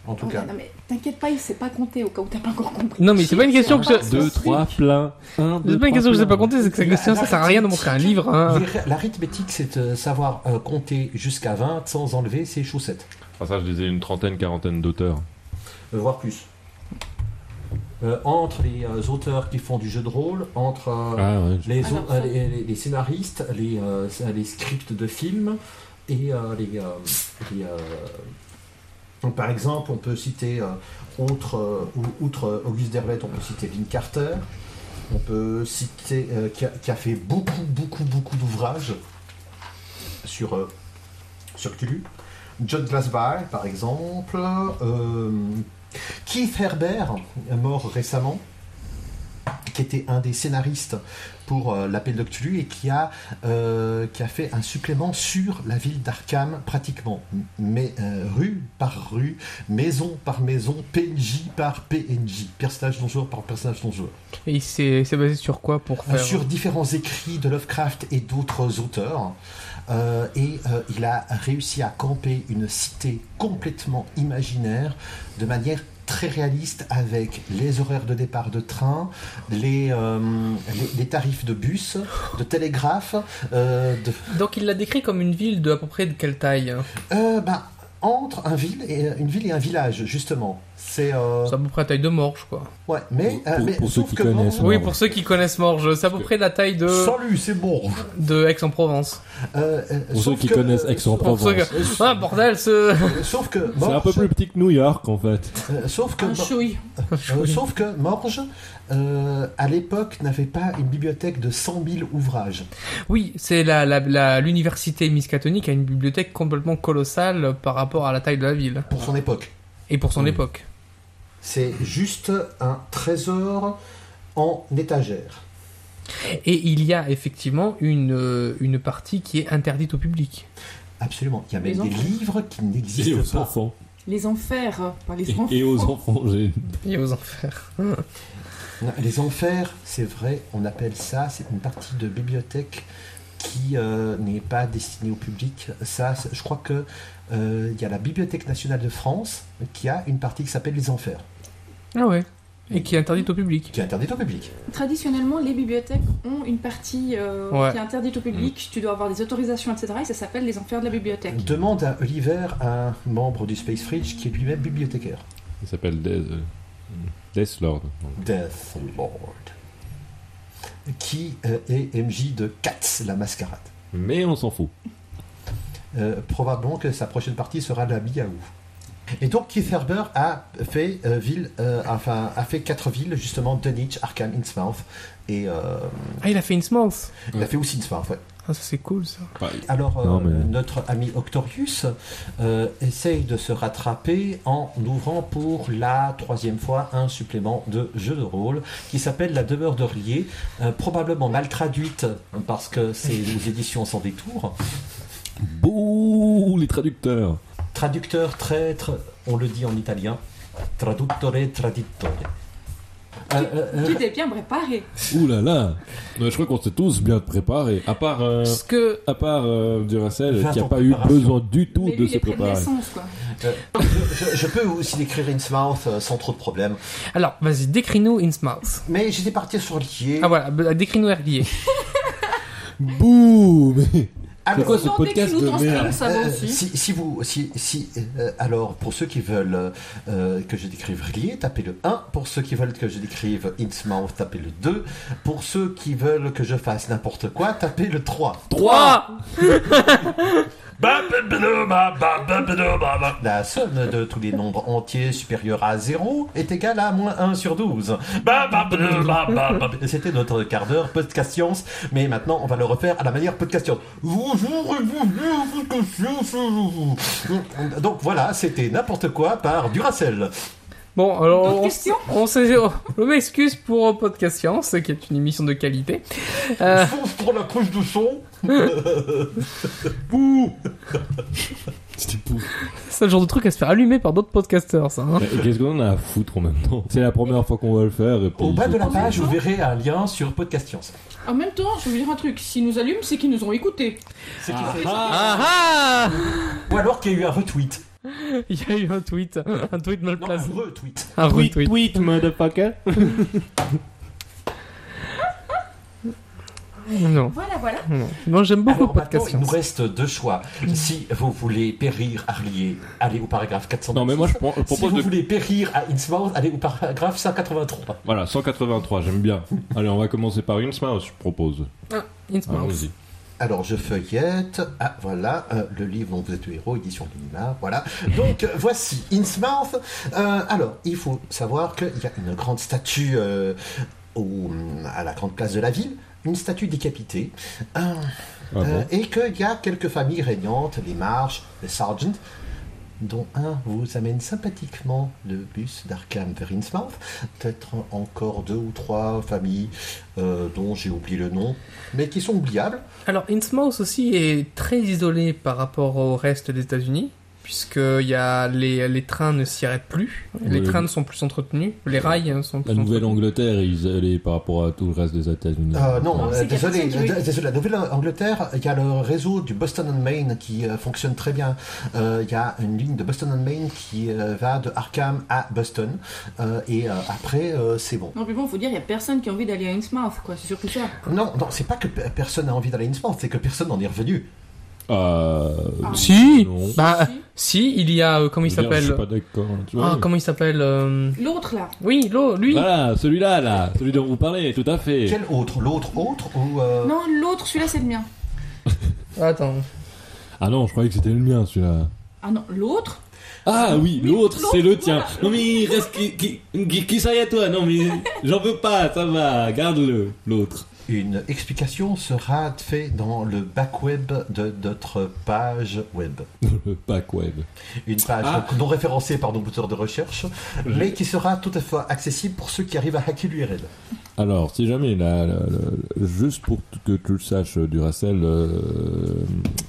en tout
Ouais,
cas.
non, mais t'inquiète pas, il sait pas compter au cas où t'as pas encore compris.
Non, mais c'est pas une question que je.
Deux,
C'est
trois
plein. Un,
pas une question que je sais pas compter, c'est que cette question, ça sert à rien de montrer un livre.
Ah.
hein.
Les- L'arithmétique, c'est de savoir euh, compter jusqu'à 20 sans enlever ses chaussettes,
Enfin, ça, je disais une trentaine, quarantaine d'auteurs.
euh, voire plus. Euh, entre les euh, auteurs qui font du jeu de rôle, entre euh,
Ah ouais.
les,
Alors,
au- euh,
ça-
les- les- les scénaristes, les, euh, les scripts de films et euh, les. euh, les, euh, donc, par exemple, on peut citer, euh, outre, euh, ou- outre euh, Auguste Derlet, on peut citer Lynn Carter, on peut citer. euh, qui, a, qui a fait beaucoup, beaucoup, beaucoup d'ouvrages sur, euh, sur Cthulhu. John Glasby, par exemple. euh, Keith Herbert, mort récemment, qui était un des scénaristes pour euh, l'appel de Cthulhu et qui a, euh, qui a fait un supplément sur la ville d'Arkham pratiquement, M- mais euh, rue par rue, maison par maison, PNJ par PNJ, personnage non joueur par personnage non joueur,
Et c'est c'est basé Ah, sur quoi pour
Euh,
faire
sur différents écrits de Lovecraft et d'autres auteurs. Euh, et euh, il a réussi à camper une cité complètement imaginaire de manière très réaliste avec les horaires de départ de train, les, euh, les, les tarifs de bus, de télégraphe, euh, de,
Donc il l'a décrit comme une ville de à peu près de quelle taille hein
euh, bah, entre un ville et, euh, une ville et un village justement. C'est euh,
C'est à peu près la taille de Morges quoi.
ouais, mais,
Pour-
euh, mais
pour ceux
sauf
qui
que
connaissent, hein.
bon,
Oui, euh,
Morges.
pour ceux qui connaissent Morges, c'est à peu près la taille de,
Salut, c'est bon.
de Aix-en-Provence.
Euh, euh,
Pour ceux
sauf
qui
que,
connaissent
euh,
Pour
Aix-en-Provence.
ceux que... Ah bordel, ce...
Sauf que
C'est un peu
Morges-
plus petit que New York en fait.
euh, sauf que
Un
Mor-
chouille.
Euh, sauf que Morges, euh, à l'époque, n'avait pas une bibliothèque de 100 000 ouvrages.
Oui, c'est la- la- la- l'université miskatonique a une bibliothèque complètement colossale par rapport à la taille de la ville.
Pour son époque.
Et pour son
Oui.
époque.
C'est juste un trésor en étagère.
Et il y a effectivement une, euh, une partie qui est interdite au public.
Absolument. Il y a même
Les
des
enfants.
livres qui
Et aux
n'existent pas.
enfants.
Les enfers, euh, par les
Et,
enfants.
et aux enfants, j'ai.
Et aux enfers.
Les enfers, c'est vrai, on appelle ça, c'est une partie de bibliothèque qui euh, n'est pas destinée au public. Ça, c'est- je crois que euh, il y a la Bibliothèque nationale de France qui a une partie qui s'appelle les enfers,
Ah ouais. Et qui est interdite au public.
qui est interdite au public.
Traditionnellement, les bibliothèques ont une partie euh,
Ouais.
qui est interdite au public. Tu dois avoir des autorisations, etc. Et ça s'appelle les enfers de la bibliothèque.
Demande à Oliver, un membre du Space Fridge, qui est lui-même bibliothécaire.
Il s'appelle Death, euh, Death Lord.
Death Lord. Qui euh, est MJ de Katz, la mascarade.
Mais on s'en fout.
Euh, probablement que sa prochaine partie sera la Miaou. Et donc Keith Herbert a fait euh, ville, euh, enfin a fait quatre villes justement Dunwich, Arkham, Innsmouth et euh,
Ah, il a fait Innsmouth.
il a fait aussi Innsmouth. ouais.
Ah, ça c'est cool ça.
Alors euh,
Non, mais-
notre ami Octorius euh, essaye de se rattraper en ouvrant pour la troisième fois un supplément de jeu de rôle qui s'appelle La demeure d'Orlier, euh, probablement mal traduite parce que c'est aux éditions sans détour.
Bouh, les traducteurs.
Traducteur, traître, on le dit en italien. Traduttore, tradittore. Euh, euh, euh,
Tu t'es bien préparé.
Ouh là là. Euh, Je crois qu'on s'est tous bien préparés. À part, euh,
Ce que.
à part euh, Duracell,
Vingt
qui n'a
ans
pas
de
eu
préparation.
besoin du tout
Mais
de
lui, il
se
est près de
préparer.
l'essence, quoi.
je, je peux aussi décrire Innsmouth euh, sans trop de problèmes.
Alors, vas-y, décris-nous Innsmouth.
Mais j'étais parti sur Lier.
Ah voilà, bah, décris-nous Erlier.
Bouh, mais c'est quoi ce
Non,
podcast
décris-nous
de
ton stream,
merde
ça va
Euh,
aussi.
si, si vous, si, si, euh, alors pour ceux qui veulent euh, euh, que je décrive Rillier, tapez le 1. Pour ceux qui veulent que je décrive Innsmouth, tapez le 2. Pour ceux qui veulent que je fasse n'importe quoi, tapez le 3.
3
La somme de tous les nombres entiers supérieurs à 0 est égale à moins 1 sur 12. C'était notre quart d'heure podcast science, mais maintenant on va le refaire à la manière podcast science. Bonjour et bonjour, podcast science. Donc voilà, c'était n'importe quoi par Duracell.
Bon, alors.
Oh.
D'autres
On,
questions
on s'est- je m'excuse pour euh, Podcast Science, qui est une émission de qualité. Euh,
Fonce pour la couche de son.
C'était pour.
C'est le genre de truc à se faire allumer par d'autres podcasters, ça. hein.
Mais Qu'est-ce qu'on en a à foutre en même temps C'est la première fois qu'on va le faire. Et puis
Au bas de la
En même
page, vous
temps-
verrez un lien sur Podcast Science.
En même temps, je vais vous dire un truc, s'ils nous allument, c'est qu'ils nous ont écoutés.
C'est qu'il fait-
Ah
Ou alors qu'il y a eu un retweet.
Il y a eu un tweet, un tweet mal
Non, un
placé.
retweet.
Un retweet.
tweet, motherfucker.
Non,
Voilà, voilà.
non. Non, j'aime beaucoup
Alors
le podcast
maintenant, il nous
science.
reste deux choix. Si vous voulez périr à Arlier, allez au paragraphe 400.
Non, mais moi je, prends- je
si vous
propose de.
voulez périr à Innsmouth, allez au paragraphe 183.
Voilà, 183, j'aime bien. Allez, on va commencer par une mouse, je propose.
Ah,
Innsmouth.
Allons-y.
Alors je feuillette. Ah voilà, euh, le livre dont vous êtes le héros, édition Gallimard, voilà. Donc euh, voici Innsmouth. Euh, alors il faut savoir qu'il y a une grande statue euh, au- à la grande place de la ville, une statue décapitée. Euh,
Ah
Euh,
bon
et qu'il y a quelques familles régnantes, les Marches, les Sargent, dont un vous amène sympathiquement le bus d'Arkham vers Innsmouth. Peut-être encore deux ou trois familles euh, dont j'ai oublié le nom, mais qui sont oubliables.
Alors, Innsmouth aussi est très isolé par rapport au reste des États-Unis, puisque il y a les, les trains ne s'y arrêtent plus, les
Oui.
trains ne sont plus entretenus, les rails ne sont plus
La
entretenus.
Nouvelle-Angleterre est isolée par rapport à tout le reste des États-Unis.
Euh, non,
Donc,
euh,
c'est qu'il y a
désolé,
personne qui veut-
euh, désolé, la Nouvelle-Angleterre, il y a le réseau du Boston and Main qui euh, fonctionne très bien. Euh, Il y a une ligne de Boston and Main qui euh, va de Arkham à Boston, Euh, et euh, après euh, c'est bon.
Non, mais bon, faut dire, il y a personne qui a envie d'aller à Innsmouth, quoi, c'est surtout ça.
Non, non, c'est pas que pe- personne n'a envie d'aller à Innsmouth, c'est que personne n'en est revenu.
Euh,
Ah.
Si
Non.
Bah, si, il y a. euh, comment il
je veux dire, Je
s'appelle
suis pas d'accord. tu vois.
Ah, comment il s'appelle euh,
L'autre, là,
Oui, l'eau, lui
Voilà, celui-là, là, celui dont vous parlez, tout à fait.
Quel autre L'autre autre ou euh,
non, l'autre, celui-là, c'est le mien.
Attends.
Ah non, je croyais que c'était le mien, celui-là.
Ah non, l'autre
Ah oui,
Mais
l'autre, c'est le
l'autre,
tien. Non mais il reste qui, qui, qui, qui s'aille à toi. Non mais j'en veux pas, ça va, garde-le, l'autre.
Une explication sera faite dans le backweb de notre page web.
Le pack web.
Une page
Ah.
non référencée par nos moteurs de recherche, mais qui sera tout à fait accessible pour ceux qui arrivent à hacker l'URL.
Alors, si jamais, là, là, là, juste pour t- que tu le saches, euh, Duracell, euh,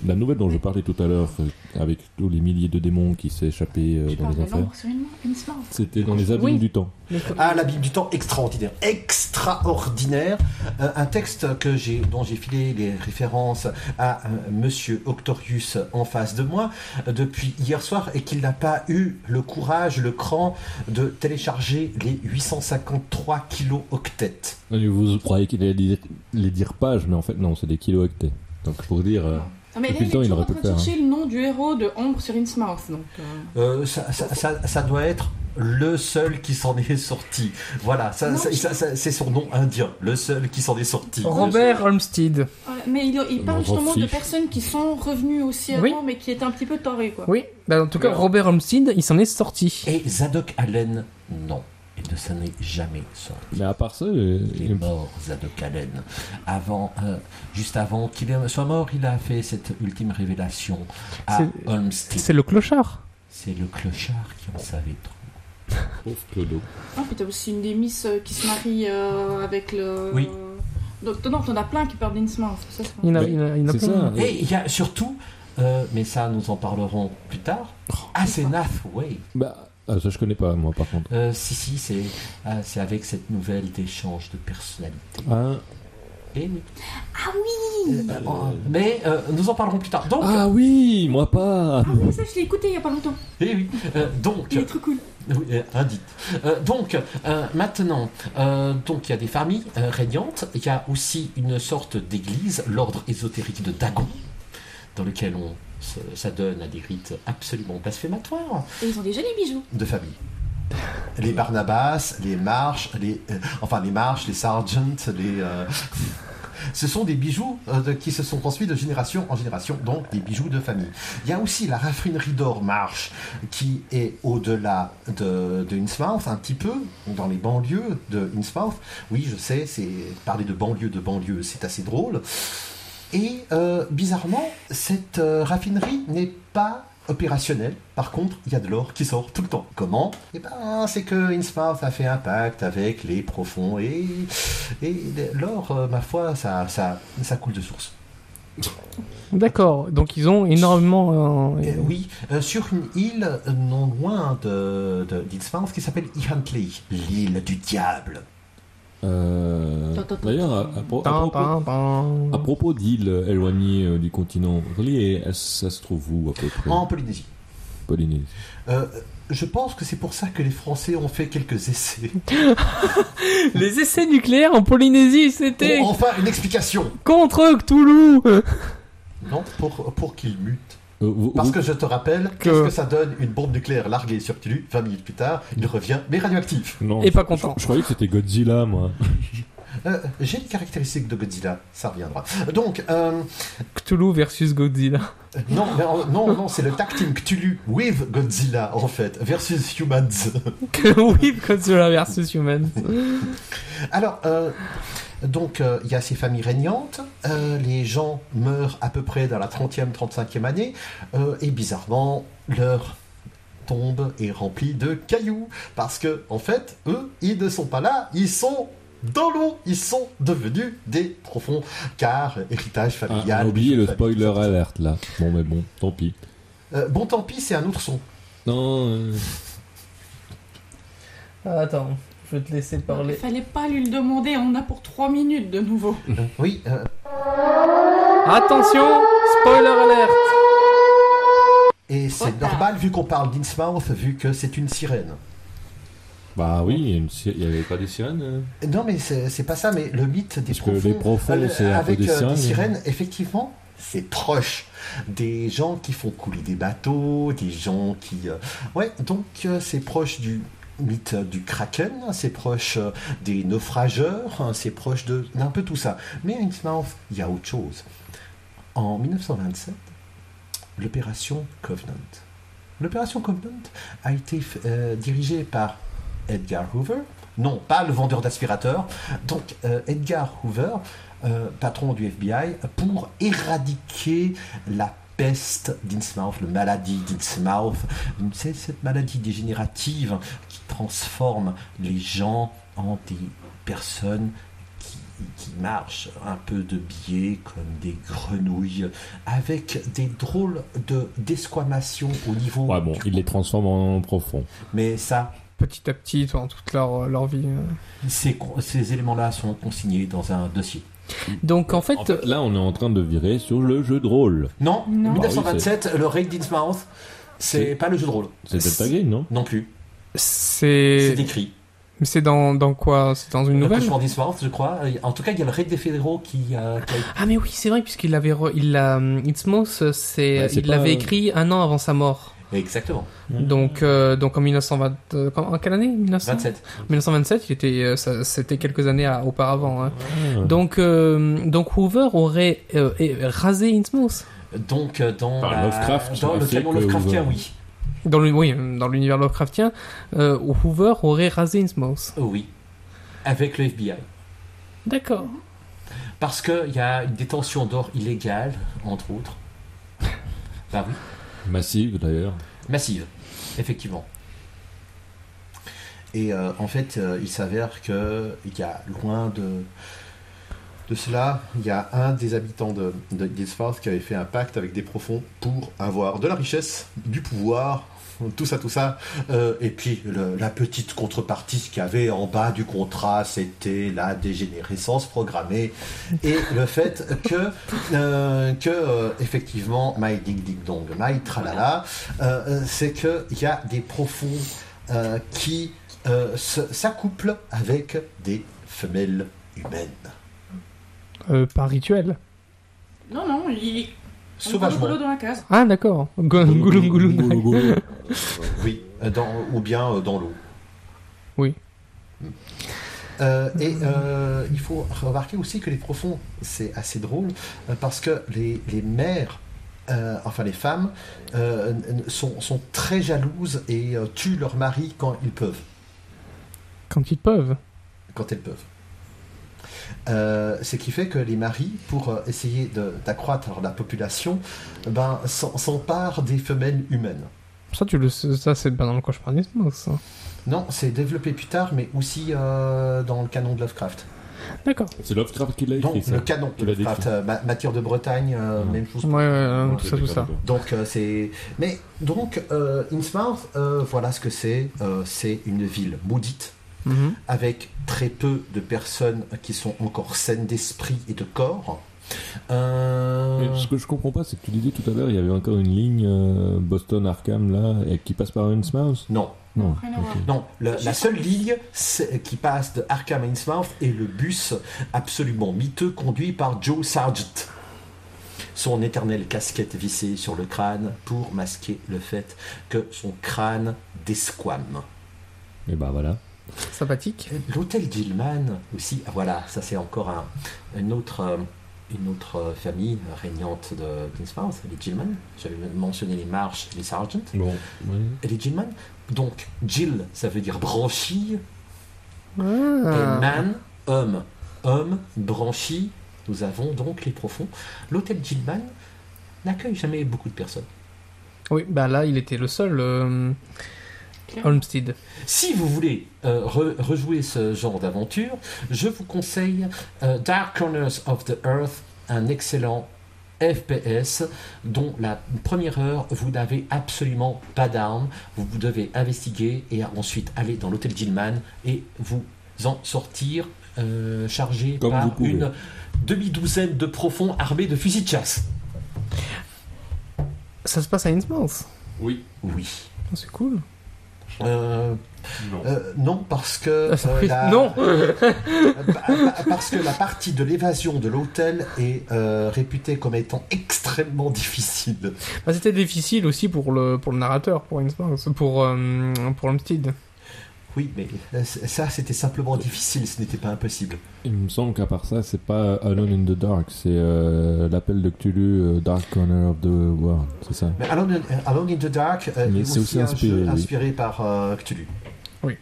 la nouvelle dont je parlais tout à l'heure, euh, avec tous les milliers de démons qui s'échappaient euh,
Tu
dans
parles
les
de
enfers,
l'ombre sur une Innsmouth.
c'était dans les abîmes
Oui.
du temps.
Ah, l'abîme du temps extraordinaire, extraordinaire. Euh, un texte que j'ai, dont j'ai filé les références à euh, Monsieur Octorius en face de moi euh, depuis hier soir et qu'il n'a pas eu le courage, le cran de télécharger les 853 kilo octets.
Et Vous croyez qu'il allait dire- les dire pages, mais en fait, non, c'est des kilooctets. Donc, pour dire. euh,
Ah, mais là,
Depuis
il
le
est
temps, il
toujours en
aurait pu
train de
le faire,
chercher le nom du héros de Ombre sur Innsmouth, donc... euh,
Euh, ça, ça, ça- ça doit être le seul qui s'en est sorti. Voilà, ça-
Non,
ça-
je- Oh.
ça- ça- c'est son nom indien, le seul qui s'en est sorti.
Robert Olmsted.
Voilà, Euh, Mais il, il
Euh, On
parle
s'en
justement de
fiche.
personnes qui sont revenues aussi avant,
Oui.
mais qui étaient un petit peu torrées, quoi.
Oui, bah, en tout cas, Robert Olmsted, il s'en est sorti.
Et Zadok Allen, non. Il ne s'en est jamais sorti.
Mais à part ça, euh,
Il est mort, Zadok Allen. Avant, euh, juste avant qu'il est- soit mort, il a fait cette ultime révélation à
C'est-
Olmsted.
C'est le clochard.
C'est le clochard qui en savait trop.
pauvre Clodo.
Ah, puis t'as aussi une des Miss euh, qui se marie euh, avec le... euh,
Oui.
Donc, non, t'en as plein qui parlent d'Innsmouth, ça c'est
Il y en a,
Mais
il y en a- il y en a
C'est
plein.
ça.
Et il y a surtout, euh, mais ça nous en parlerons plus tard,
Oh,
Asenath Way.
Bah, ah, ça je connais pas moi par contre.
Euh, si, si, c'est ah, c'est avec cette nouvelle d'échange de personnalité.
Ah,
Eh oui. Euh, en- mais euh, nous en parlerons plus tard. Donc, euh,
Ah oui, moi pas.
Ah oui, ça je l'ai écouté il y a pas longtemps,
eh oui, euh, donc,
il est trop cool.
Oui, euh, indite. Euh, donc, euh, maintenant, euh, donc il y a des familles euh, régnantes, il y a aussi une sorte d'église, l'ordre ésotérique de Dagon, dans lequel on se- s'adonne à des rites absolument blasphématoires
Et ils ont déjà les bijoux.
de famille. Les Barnabas, les Marches, les, euh, enfin les Marches, les Sargent, les... euh, ce sont des bijoux euh, de- qui se sont transmis de génération en génération, donc des bijoux de famille. Il y a aussi la raffinerie d'or Marche, qui est au-delà de, de Innsmouth, un petit peu, dans les banlieues de Innsmouth. Oui, je sais, c'est parler de banlieue, de banlieue, c'est assez drôle. Et euh, bizarrement, cette euh, raffinerie n'est pas opérationnelle. Par contre, il y a de l'or qui sort tout le temps. Comment Eh ben, c'est que Innsmouth a fait un pacte avec les profonds et, et l'or, euh, ma foi, ça, ça, ça coule de source.
D'accord, donc ils ont énormément. euh,
Euh, oui, euh, sur une île euh, non loin de, de- d'Innsmouth qui s'appelle Ihantley, l'île du diable.
Euh, D'ailleurs, à, à pro- à
Tin,
propos,
tin, tin.
à propos d'îles éloignées euh, du continent relié, est-ce- ça se trouve où à peu près
En Polynésie.
Polynésie.
Euh, je pense que c'est pour ça que les Français ont fait quelques essais.
Les essais nucléaires en Polynésie, c'était
Pour enfin une explication.
contre Cthulhu Euh,
Non, pour, pour qu'ils mutent.
Euh, vous-
Parce
vous-
que je te rappelle,
Que-
qu'est-ce que ça donne une bombe nucléaire larguée sur Cthulhu 20 minutes plus tard, il revient, mais radioactif.
non,
Et
je-
pas content.
Je croyais que c'était Godzilla, moi.
Euh, J'ai une caractéristique de Godzilla, ça reviendra. Donc, euh,
Cthulhu versus Godzilla.
non, mais en- non, non, c'est le tag team Cthulhu with Godzilla, en fait, versus humans.
oui, Godzilla versus Human.
Alors, euh, donc, euh, il y a ces familles régnantes, euh, les gens meurent à peu près dans la 30e, 35e année, euh, et bizarrement, leur tombe est remplie de cailloux, parce que, en fait, eux, ils ne sont pas là, ils sont dans l'eau, ils sont devenus des profonds, car héritage
Ah,
familial.
on a oublié le
famille.
spoiler alerte là. Bon, mais bon, tant pis.
Euh, bon, tant pis, c'est un ourson.
Non, euh,
Ah, Attends, je vais te laisser
Il fallait pas lui le demander, on a pour 3 minutes de nouveau.
Oui, euh,
Attention, spoiler alert
et c'est
Trop tard.
normal vu qu'on parle d'Innsmouth, vu que c'est une sirène.
bah oui, il y a une si- il n'y avait pas des sirènes. euh.
Non, mais c'est c'est pas ça, mais le mythe des
Parce que les profonds,
euh,
c'est un peu
avec
des
euh,
sirènes.
sirènes, effectivement, c'est proche. Des gens qui font couler des bateaux, des gens qui. euh, Ouais, donc euh, c'est proche du mythe euh, du kraken, hein, c'est proche euh, des naufrageurs, hein, c'est proche de. d'un peu tout ça. Mais à Innsmouth, il y a autre chose. En 1927, l'opération Covenant. L'opération Covenant a été euh, dirigée par Edgar Hoover. Non, pas le vendeur d'aspirateurs. Donc euh, Edgar Hoover, euh, patron du FBI, pour éradiquer la peste d'Innsmouth, la maladie d'Innsmouth. C'est cette maladie dégénérative qui transforme les gens en des personnes qui, qui marchent un peu de biais comme des grenouilles, avec des drôles de d'esquamation au niveau...
Ouais, bon,
du-
il les transforme en profond.
Mais ça,
Petit à petit, dans toute leur, euh, leur vie. euh.
ces, con- ces éléments-là sont consignés dans un dossier.
Donc en fait,
En fait, là, on est en train de virer sur le jeu de rôle.
Non,
Non.
1927, le Raid d'Innsmouth, c'est
C'est-
pas le jeu de rôle.
C'est Delta Green, non
Non plus.
c'est.
C'est écrit.
Mais c'est dans, dans quoi C'est dans une
Le
nouvelle
cauchemar d'Innsmouth, je crois. En tout cas, il y a le Raid des fédéraux qui, euh, qui a-
Ah mais oui, c'est vrai, puisqu'il l'avait. re- Il l'a. Itzmos, c'est.
Ouais, c'est
il
pas,
l'avait
euh,
écrit un an avant sa mort.
Exactement.
Donc, euh, donc en 1920. euh, quand- en quelle année 1900
27.
1927, il était, euh, ça- c'était quelques années à- auparavant. hein.
Ah.
Donc, euh, donc Hoover aurait euh, é- rasé Innsmouth
Donc, euh, dans,
Par
la-
Lovecraft,
dans
on
le
sait
canon
que
Lovecraftien,
vous-
oui.
dans le, oui, dans l'univers Lovecraftien, euh, Hoover aurait rasé Innsmouth.
Oh Oui. Avec le FBI.
D'accord.
Parce qu'il y a une détention d'or illégale, entre autres. Bah oui.
Massive, d'ailleurs.
Massive, effectivement. Et euh, en fait, euh, il s'avère que il y a loin de, de cela, il y a un des habitants de, de Gilsforth qui avait fait un pacte avec des profonds pour avoir de la richesse, du pouvoir, tout ça, tout ça. Euh, et puis le- la petite contrepartie ce qu'il y avait en bas du contrat, c'était la dégénérescence programmée et le fait que, euh, que euh, effectivement, my ding ding dong, my tralala, euh, euh, c'est qu'il y a des profonds euh, qui euh, se- s'accouplent avec des femelles humaines.
Euh, par rituel.
Non, non, il est
Sauvagement.
dans la case.
Ah d'accord. Go- Gouloum
Goulou,
gouloum.
goulou.
Oui, euh, dans, ou bien euh, dans l'eau.
Oui.
Mm. Euh, et euh, il faut remarquer aussi que les profonds, c'est assez drôle, euh, parce que les, les mères, euh, enfin les femmes, euh, n- n- sont, sont très jalouses et euh, tuent leur mari quand ils peuvent.
Quand ils peuvent.
quand elles peuvent. Euh, ce qui fait que les maris, pour euh, essayer de- d'accroître la population, ben, s'en- s'emparent des femelles humaines.
Ça tu le, sais- ça c'est pas dans le cauchemar d'Innsmouth. ça.
Non, c'est développé plus tard, mais aussi euh, dans le canon de Lovecraft.
D'accord.
C'est Lovecraft qui l'a écrit.
Donc,
ça.
le canon,
Il a décrit.
Enfin, euh, ma- matière de Bretagne, euh,
Ouais.
même chose.
Ouais, ouais, ouais,
Non,
tout
je
ça,
l'ai
tout
pas
ça.
d'accord.
Donc euh, c'est. Mais donc euh, Innsmouth, euh, voilà ce que c'est. Euh, c'est une ville maudite
Mhm.
avec très peu de personnes qui sont encore saines d'esprit et de corps. Euh,
Mais ce que je comprends pas, c'est que tu disais tout à l'heure, il y avait encore une ligne euh, Boston-Arkham là, et qui passe par Innsmouth
Non,
Non.
Rien à voir.
non. La, la seule ligne c'est- qui passe de Arkham à Innsmouth est le bus absolument miteux conduit par Joe Sargent. Son éternelle casquette vissée sur le crâne pour masquer le fait que son crâne d'esquame.
Et bah voilà.
Sympathique.
L'hôtel Gilman aussi, ah, voilà, ça c'est encore un, une autre, euh, une autre euh, famille régnante de Kingsmouth, les Gilman. J'avais même mentionné les Marsh et les Sargent.
Bon.
Et les Gilman. Donc, Jill, ça veut dire branchie, et
Ah.
man, homme. Homme, branchie, nous avons donc les profonds. L'hôtel Gilman n'accueille jamais beaucoup de personnes.
Oui, bah là, il était le seul. euh, Olmsted.
Si vous voulez euh, re- rejouer ce genre d'aventure, je vous conseille euh, Dark Corners of the Earth, un excellent FPS dont la première heure, vous n'avez absolument pas d'armes, vous vous devez investiguer et ensuite aller dans l'hôtel Gilman et vous en sortir euh, chargé
Comme vous
par
pouvez.
une demi-douzaine de profonds armés de fusils de chasse.
Ça se passe à Innsmouth.
Oui.
Oui.
Oh, C'est cool.
Euh,
Non.
euh, non, parce que...
Ah, ça
euh,
fait-
la-
Non
Bah, bah, Parce que la partie de l'évasion de l'hôtel est euh, réputée comme étant extrêmement difficile.
Bah, C'était difficile aussi pour le, pour le narrateur, pour Innsmouth, pour, euh, pour Olmsted.
Oui, mais euh, ça, c'était
Euh.
simplement difficile, ce n'était pas impossible.
Il me semble qu'à part ça, c'est pas euh, Alone in the Dark, c'est euh, l'appel de Cthulhu, euh, Dark Corner of the World, c'est ça
Mais Alone in, Alone in the Dark euh,
Mais
est
c'est
aussi,
aussi
un
inspiré,
jeu
oui.
inspiré par euh, Cthulhu.
Oui.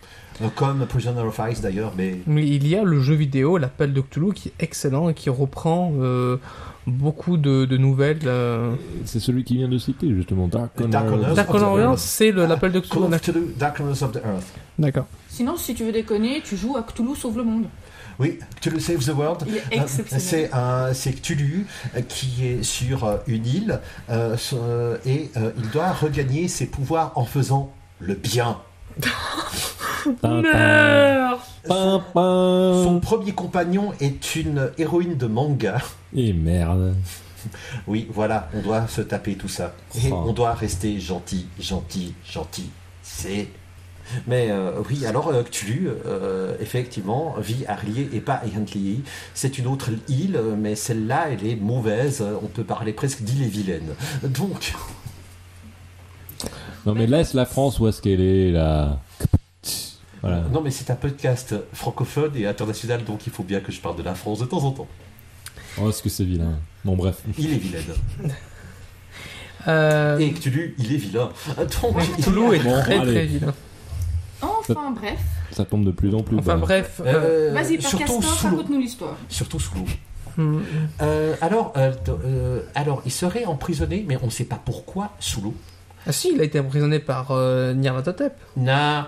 Euh, comme Prisoner of Ice d'ailleurs, mais
Mais il y a le jeu vidéo, l'appel de Cthulhu, qui est excellent et qui reprend euh, beaucoup de, de nouvelles. euh.
C'est celui qui vient de citer justement, Dark Corner.
Dark Corner.
Dark Horse Orient, c'est le- l'appel de
Call
Cthulhu.
of Cthulhu, Dark Corners of the Earth.
D'accord.
Sinon, si tu veux déconner, tu joues à Cthulhu Sauve le Monde.
Oui, Cthulhu Saves the World.
Il est
Euh,
exceptionnel.
C'est un, c'est Cthulhu euh, qui est sur euh, une île euh, sur- euh, et euh, il doit regagner ses pouvoirs en faisant le bien.
Tintin. Pin, pin.
Son premier compagnon est une héroïne de manga.
Et merde.
Oui, voilà, on doit se taper tout ça. Et
Oh.
on doit rester gentil, gentil, gentil. C'est. Mais euh, oui, alors euh, Cthulhu, euh, effectivement, vit à Rié et pas à Huntley. C'est une autre île, euh, mais celle-là, elle est mauvaise. On peut parler presque d'île et vilaine. Donc,
Non mais laisse la France où est-ce qu'elle est là. Voilà.
non, mais c'est un podcast francophone et international, donc il faut bien que je parle de la France de temps en temps.
Oh, est-ce que c'est vilain. Bon, bref.
Il est vilaine.
Euh,
Et Cthulhu, il est vilain. Donc,
Cthulhu est
Bon,
très très
allez.
vilain.
Enfin
Euh,
bref,
Ça tombe de plus en plus
Enfin
bas.
bref. euh,
Euh,
vas-y, Père
surtout
Castor,
sous l'eau.
raconte-nous l'histoire.
Surtout sous l'eau.
hmm,
Euh, alors, euh, t- euh, alors, il serait emprisonné, mais on ne sait pas pourquoi, sous l'eau.
Ah si, il a été emprisonné par euh, Nyarlathotep.
Na, euh,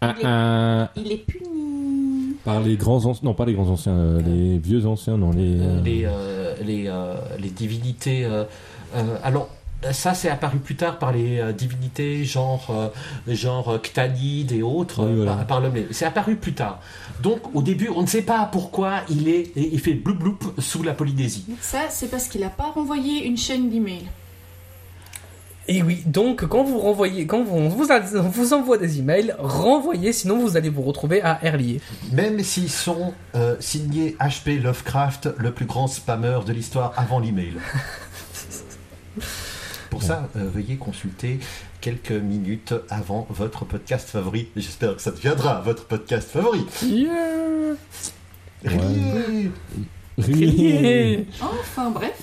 Ah, ah.
Il est puni.
Par les grands anciens, non pas les grands anciens, euh, les vieux anciens, non les. euh,
les, euh, les, euh, les divinités. euh, euh, alors, ça, c'est apparu plus tard par les euh, divinités genre, euh, genre euh, Ctanide et autres,
Oui,
euh,
voilà.
par, par l'homme. C'est apparu plus tard. Donc, au début, on ne sait pas pourquoi il, est, il fait bloup bloup sous la Polynésie.
Ça, c'est parce qu'il a pas renvoyé une chaîne d'email.
Et Eh oui, donc quand vous renvoyez, quand vous- on vous, a- on vous envoie des emails, renvoyez, sinon vous allez vous retrouver à Erlier.
Même s'ils sont euh, signés HP Lovecraft, le plus grand spammeur de l'histoire avant l'email. Pour ça, euh, veuillez consulter quelques minutes avant votre podcast favori. J'espère que ça deviendra votre podcast favori.
Yeah
Riez
Erlier
Enfin bref,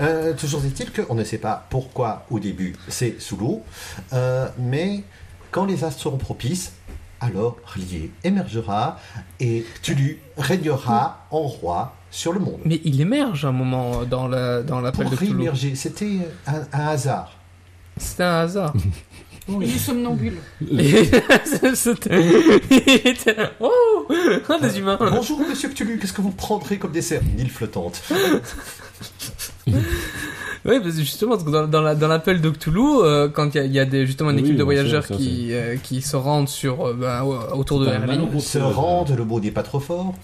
Euh, toujours est-il qu'on ne sait pas pourquoi au début c'est sous l'eau, euh, mais quand les astres seront propices, alors Rié émergera et Tulu régnera en roi sur le monde.
Mais il émerge un moment dans la dans l'appel
Pour
de Cthulhu.
réémerger, c'était un, un hasard.
C'était un hasard.
Il est somnambule.
Oh Des humains
Bonjour Monsieur Cthulhu, qu'est-ce que vous prendrez comme dessert Une île flottante.
Oui, parce que justement, parce que dans, dans la- dans l'appel de Cthulhu, euh, quand il y a- il y, a des, justement une
Oui,
équipe de
on sait,
voyageurs
ça,
qui, euh, qui se rendent sur, euh, ben, au- autour de
C'est un
Erlin,
malheureux.
Se rendre, le mot n'est pas trop fort.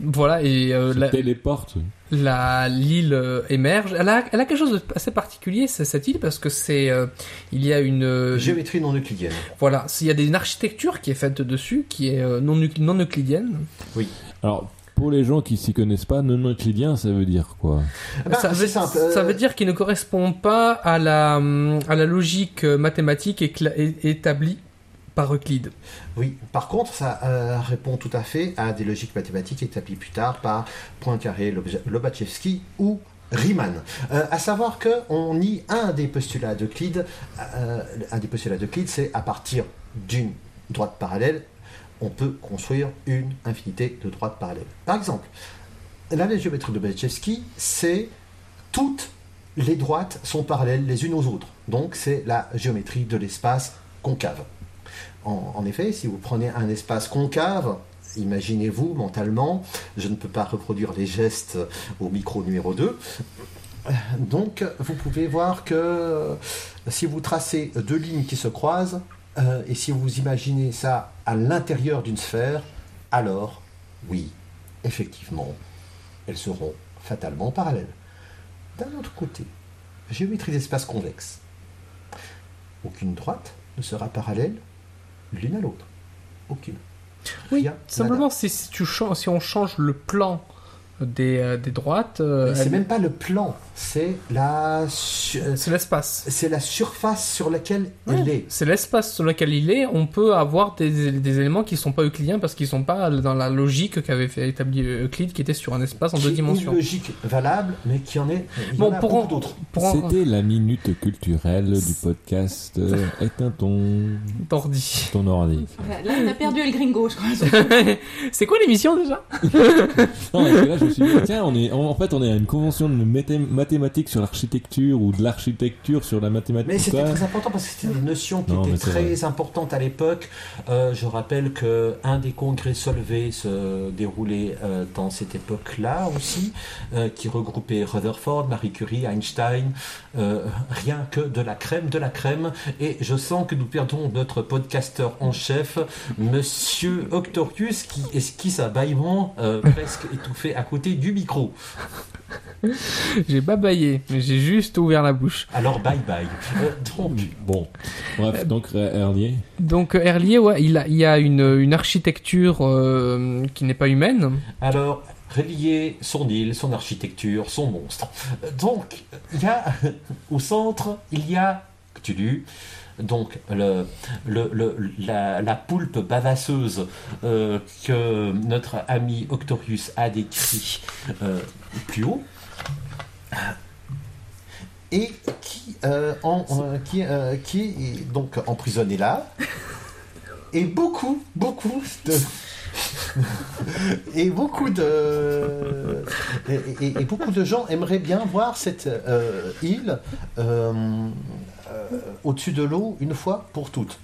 voilà, et euh,
Se
la-
téléporte.
la- l'île euh, émerge. Elle a, elle a quelque chose de assez particulier, c'est- cette île, parce que c'est. euh, il y a une. euh,
Géométrie non euclidienne.
voilà, il y a des- une architecture qui est faite dessus, qui est euh, non, euc- non euclidienne.
Alors, pour les gens qui s'y connaissent pas, non euclidien, ça veut dire quoi
Eh ben,
ça,
c'est
veut,
simple.
ça
euh,
veut dire qu'il ne correspond pas à la, hum, à la logique euh, mathématique écla- é- établie par Euclide.
Oui, par contre, ça euh, répond tout à fait à des logiques mathématiques établies plus tard par Poincaré, Lobja- Lobachevsky ou Riemann. Euh, à savoir que on nie un des postulats d'Euclide, euh, un des postulats d'Euclide, c'est à partir d'une droite parallèle, on peut construire une infinité de droites parallèles. Par exemple, la géométrie de Lobachevsky, c'est toutes les droites sont parallèles les unes aux autres. Donc c'est la géométrie de l'espace concave. En, en effet, si vous prenez un espace concave, imaginez-vous mentalement, je ne peux pas reproduire les gestes au micro numéro 2. Donc, vous pouvez voir que euh, si vous tracez deux lignes qui se croisent, euh, et si vous imaginez ça à l'intérieur d'une sphère, alors, oui, effectivement, elles seront fatalement parallèles. D'un autre côté, géométrie d'espace convexe. Aucune droite ne sera parallèle l'une à l'autre. Aucune.
Oui,
Rien,
simplement, si, si tu chan- si on change le plan des, euh, des droites, euh,
nada. C'est
elle-
même pas le plan, c'est la, su- euh,
c'est l'espace.
c'est la surface sur laquelle elle est.
C'est l'espace sur lequel il est. On peut avoir des, des éléments qui ne sont pas euclidiens parce qu'ils ne sont pas dans la logique qu'avait fait établi euh, Euclide, qui était sur un espace en
Qui
deux
est
dimensions.
Une logique valable, mais qui en est. il y
Bon,
en a
pour en-
beaucoup d'autres.
Pour en-
C'était la minute culturelle du podcast. euh, Éteins ton,
Tordi.
ton ordi.
Voilà, Là, on a perdu El Gringo, je crois.
c'est quoi l'émission déjà
Non, parce que là, je me suis dit, tiens, on est, en en fait, on est à une convention de mathé- mathématiques sur l'architecture ou de l'architecture sur la mathématique.
Mais c'était
quoi.
très important parce que c'était des notions qui
Non, mais
étaient
c'est
très importantes à l'époque. Euh, je rappelle que un des congrès Solvay se déroulait euh, dans cette époque-là aussi, euh, qui regroupait Rutherford, Marie Curie, Einstein, euh, rien que de la crème de la crème. Et je sens que nous perdons notre podcasteur en chef, Monsieur Octorius, qui esquisse un bâillement euh, presque étouffé à côté du micro.
J'ai pas baillé, mais j'ai juste ouvert la bouche.
Alors bye bye. Euh, donc,
Bon,
Euh,
bref, donc Hernier.
Donc euh, Erlier, ouais, il, a, il y a une, une architecture euh, qui n'est pas humaine.
Alors, relier son île, son architecture, son monstre. Donc, il y a, au centre, il y a Cthulhu, donc le, le- le- la, la poulpe bavasseuse euh, que notre ami Octorius a décrit euh, plus haut. Et qui, euh, en- en- qui, euh, qui est donc emprisonné là. Et beaucoup, beaucoup de, et beaucoup de et, et- et beaucoup de gens aimeraient bien voir cette euh, île euh, euh, au-dessus de l'eau une fois pour toutes.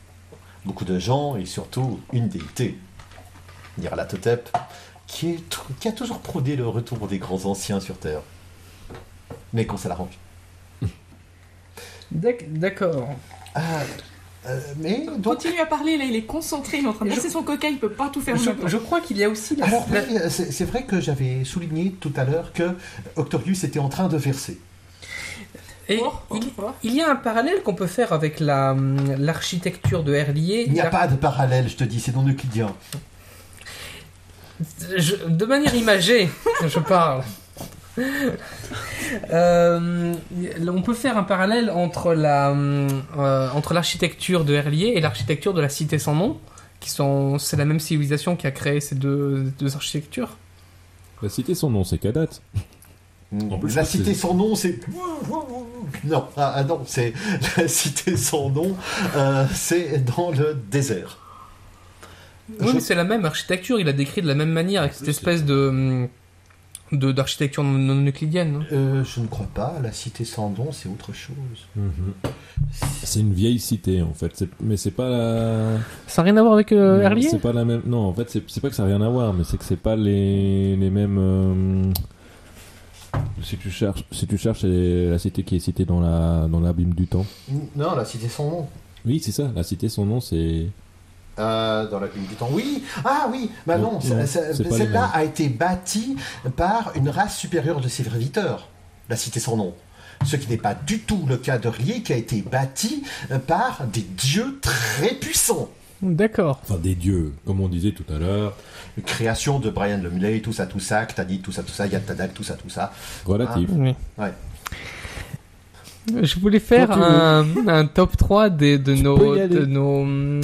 Beaucoup de gens et surtout une déité, Nyarlathotep, qui, est tou- qui a toujours prôné le retour des grands anciens sur Terre. Mais quand ça l'arrange.
D'ac- D'accord.
Ah, euh, mais donc
Continue à parler, là, il est concentré, il est en train de
Je-
verser son coca, il peut pas tout faire. en
Je,
même temps.
je crois qu'il y a aussi la...
Alors,
la-
oui, euh, c'est c'est vrai que j'avais souligné tout à l'heure que euh, Octorius était en train de verser.
Et
Oh, oh,
il,
oh.
il y a un parallèle qu'on peut faire avec la, hum, l'architecture de Erlier.
Il n'y a pas de parallèle, je te dis, c'est non euclidien.
Je- de manière imagée, je parle. Euh, on peut faire un parallèle entre la hum, euh, entre l'architecture de Herlier et l'architecture de la cité sans nom, qui sont c'est la même civilisation qui a créé ces deux, deux architectures.
La cité, son nom, c'est Kadat. En plus, je
la
crois que
cité
c'est-
sans nom, c'est. Non, ah, ah non, c'est. La cité sans nom, euh, c'est dans le désert.
Oui,
Je-
mais c'est la même architecture. Il a décrit de la même manière avec cette
Ah, Oui,
espèce de hum, de- d'architecture non- non euclidienne. non
Euh, je ne crois pas. La cité sans don, c'est autre chose.
C'est une vieille cité en fait, C'est- mais c'est pas la.
Ça n'a rien à voir avec euh,
Non,
Herlier
C'est pas la même. Non, en fait, c'est c'est pas que ça n'a rien à voir, mais c'est que c'est pas les, les mêmes. euh, Si tu cherches, si tu cherches c'est la cité qui est citée dans la dans l'abîme du temps.
Non, la cité sans nom.
Oui, c'est ça. La cité, son nom, c'est.
Euh, dans la Bible du temps. Oui, ah oui, bah non,
Non,
ça-
non,
ça-
c'est pas les
celle-là
mêmes.
a été bâtie par une race supérieure de serviteurs, la cité sans nom. Ce qui n'est pas du tout le cas d'Orlier, qui a été bâti euh, par des dieux très puissants.
D'accord.
Enfin, des dieux, comme on disait tout à l'heure.
Création de Brian Lemley, tout ça, tout ça, Ctadid, tout ça, tout ça, Yatadak, tout ça, tout ça.
Relatif.
Oui.
Ouais.
Je voulais faire
Quand tu
un, un top 3 des, de, nos,
peux y aller.
de nos, hum,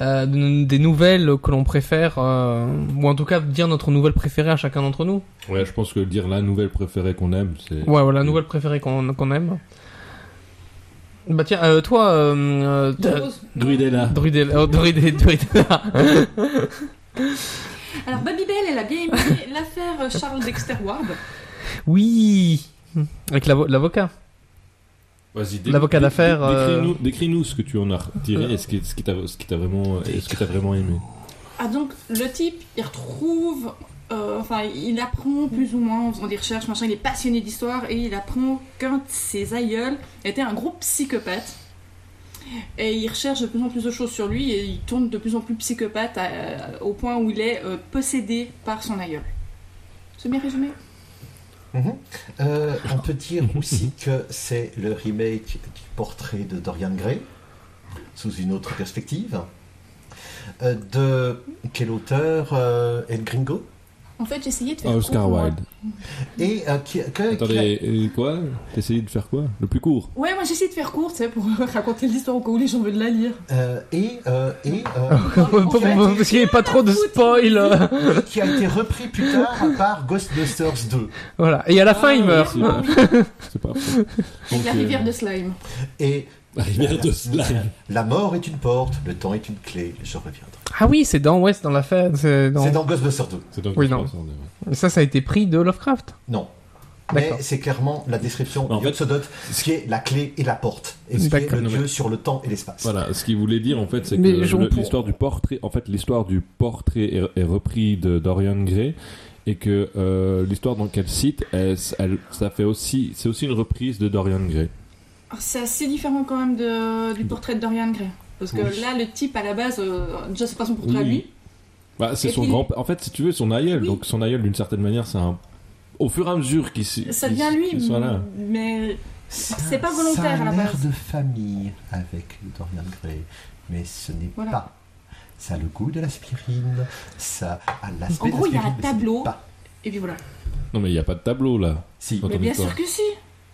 euh, de nos- des nouvelles que l'on préfère, euh, ou en tout cas dire notre nouvelle préférée à chacun d'entre nous.
Ouais, je pense que dire la nouvelle préférée qu'on aime, c'est.
Ah. Ouais, voilà, nouvelle préférée qu'on qu'on aime. Bah tiens, euh, toi, euh, euh,
Chose.
Druidella.
Druidella, oh, Druide- Druidella.
Alors, Babybel, elle a bien aimé l'affaire Charles Dexter Ward.
oui, avec l'avo- l'avocat.
Vas-y, dé-
L'avocat
dé-
d'affaires,
dé-
euh,
Décris-nous décris-nous ce que tu en as retiré et ce qui, ce qui t'a ce qui t'a vraiment, et ce que t'as vraiment aimé.
Ah donc le type, il retrouve, euh, enfin il apprend plus ou moins en faisant des recherches, machin, il est passionné d'histoire et il apprend qu'un de ses aïeuls était un gros psychopathe. Et il recherche de plus en plus de choses sur lui et il tourne de plus en plus psychopathe à- au point où il est euh, possédé par son aïeul. C'est bien résumé
Mhm. Euh, on peut dire aussi que c'est le remake du portrait de Dorian Gray, sous une autre perspective. Euh, de quel auteur euh, El Gringo
En fait j'essayais de faire...
Euh, Ah, Oscar
court, moi.
Wilde.
Et euh, qui, que-
Attendez, et quoi T'essayais de faire quoi Le plus court
Ouais moi j'essayais de faire court tu sais, pour raconter l'histoire au cas où les gens veulent la lire.
qui a- euh, et euh, et, euh,
Oh, Parce qu'il n'y ait pas trop de spoil.
qui a été repris plus tard par Ghostbusters 2.
voilà, et à la fin, il meurt.
C'est pas C'est pas faux.
Avec la
Donc, euh,
rivière de slime.
Et
La rivière de slime.
la mort est une porte, le temps est une clé. Je reviendrai.
Ah oui, c'est dans, ouais, c'est dans la fête. C'est dans...
C'est dans Ghostbusters 2.
C'est donc
Oui, non. Ça, ça a été pris de Lovecraft.
Non. Mais
D'accord.
c'est clairement la description
En
de
fait,
Yotsodote, ce qui est la clé et la porte, et ce qui est
D'accord.
le
Non, mais-
dieu sur le temps et l'espace.
Voilà, ce qu'il voulait dire en fait, c'est que
Mais je
le-
comprends.
l'histoire du portrait, en fait, l'histoire du portrait est, est repris de Dorian Gray et que euh, l'histoire dans qu'elle cite, elle- elle- ça fait aussi, c'est aussi une reprise de Dorian Gray.
Alors, C'est assez différent quand même de- du portrait de Dorian Gray. Parce que
Oui.
là, le type à la base, euh, déjà c'est pas son portrait à
Oui.
lui.
Bah, c'est
Et
son
puis-
grand, en fait, si tu veux, son aïeul.
Oui.
Donc son aïeul, d'une certaine manière, c'est un. Au fur et à mesure qu'il s'y-
Ça
qu'il-
devient lui,
qu'il soit là.
mais c'est
Ça-
pas volontaire
ça
à
a
la
l'air
base.
de famille avec le Dorian Gray, mais ce n'est
Voilà.
pas. Ça a le goût de l'aspirine, ça a l'aspect
En gros, il y a
d'aspirine,
un
mais ce n'est
tableau.
pas.
Et puis voilà.
Non mais il n'y a pas de tableau là.
Si.
Dans ton
Mais bien
histoire.
sûr que si.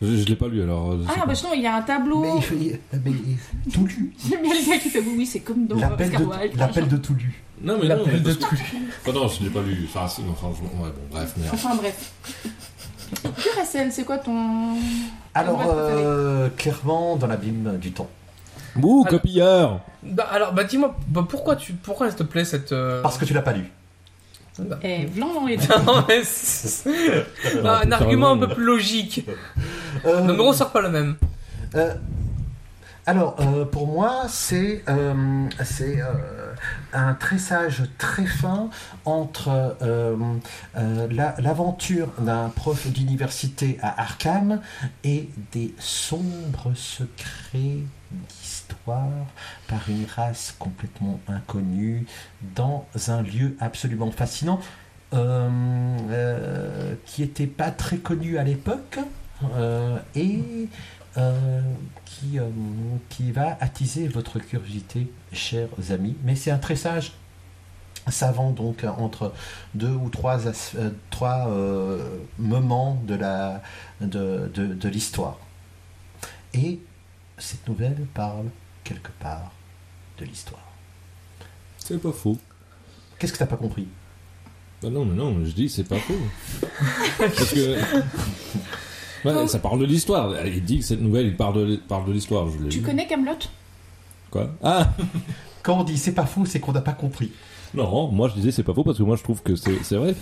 Je, je l'ai pas lu alors. euh, je sais
Ah
pas.
bah sinon, il y a un tableau.
Mais, il faut- il-
euh,
mais il- tout lu.
J'aime bien le gars qui fait oui, oui, c'est comme dans euh,
L'appel
Oscar
de,
Wilde.
l'appel de tout lu.
Non mais
La
non,
pelle
mais
de
parce que- Enfin, non, je l'ai pas lu. Enfin, c'est- non, enfin, je- ouais, bon, bref, merde.
Enfin bref. Duracell, c'est quoi ton.
Alors,
Ouais, préféré.
euh, clairement, dans l'abîme du temps.
Bouh, copilleur
Bah, alors, bah dis-moi, bah, pourquoi, tu, pourquoi, s'il te plaît, cette... euh,
Parce que tu l'as pas lu.
Eh, blanc dans les dents.
Non, mais c'est- Bah, un
putain,
argument un
non.
peu plus logique.
Euh,
Non, mais on sort pas le même.
Euh, alors, euh, pour moi, c'est euh, c'est, euh, un tressage très fin entre euh, euh, la- l'aventure d'un prof d'université à Arkham et des sombres secrets d'histoire par une race complètement inconnue dans un lieu absolument fascinant euh, euh, qui n'était pas très connu à l'époque euh, et euh, qui, euh, qui va attiser votre curiosité, chers amis. Mais c'est un tressage savant, donc, euh, entre deux ou trois, as- euh, trois euh, moments de la de, de- de l'histoire. Et cette nouvelle parle quelque part de l'histoire.
C'est pas faux.
Qu'est-ce que t'as pas compris
Bah non, mais non, mais je dis c'est pas faux. Parce que. Ouais, ça parle de l'histoire. Il dit que cette nouvelle, il parle de, parle de l'histoire. Je l'ai
Tu
lu.
connais Camelot
Quoi Ah
Quand on dit c'est pas faux, c'est qu'on n'a pas compris.
Non, moi je disais c'est pas faux parce que moi je trouve que c'est c'est vrai.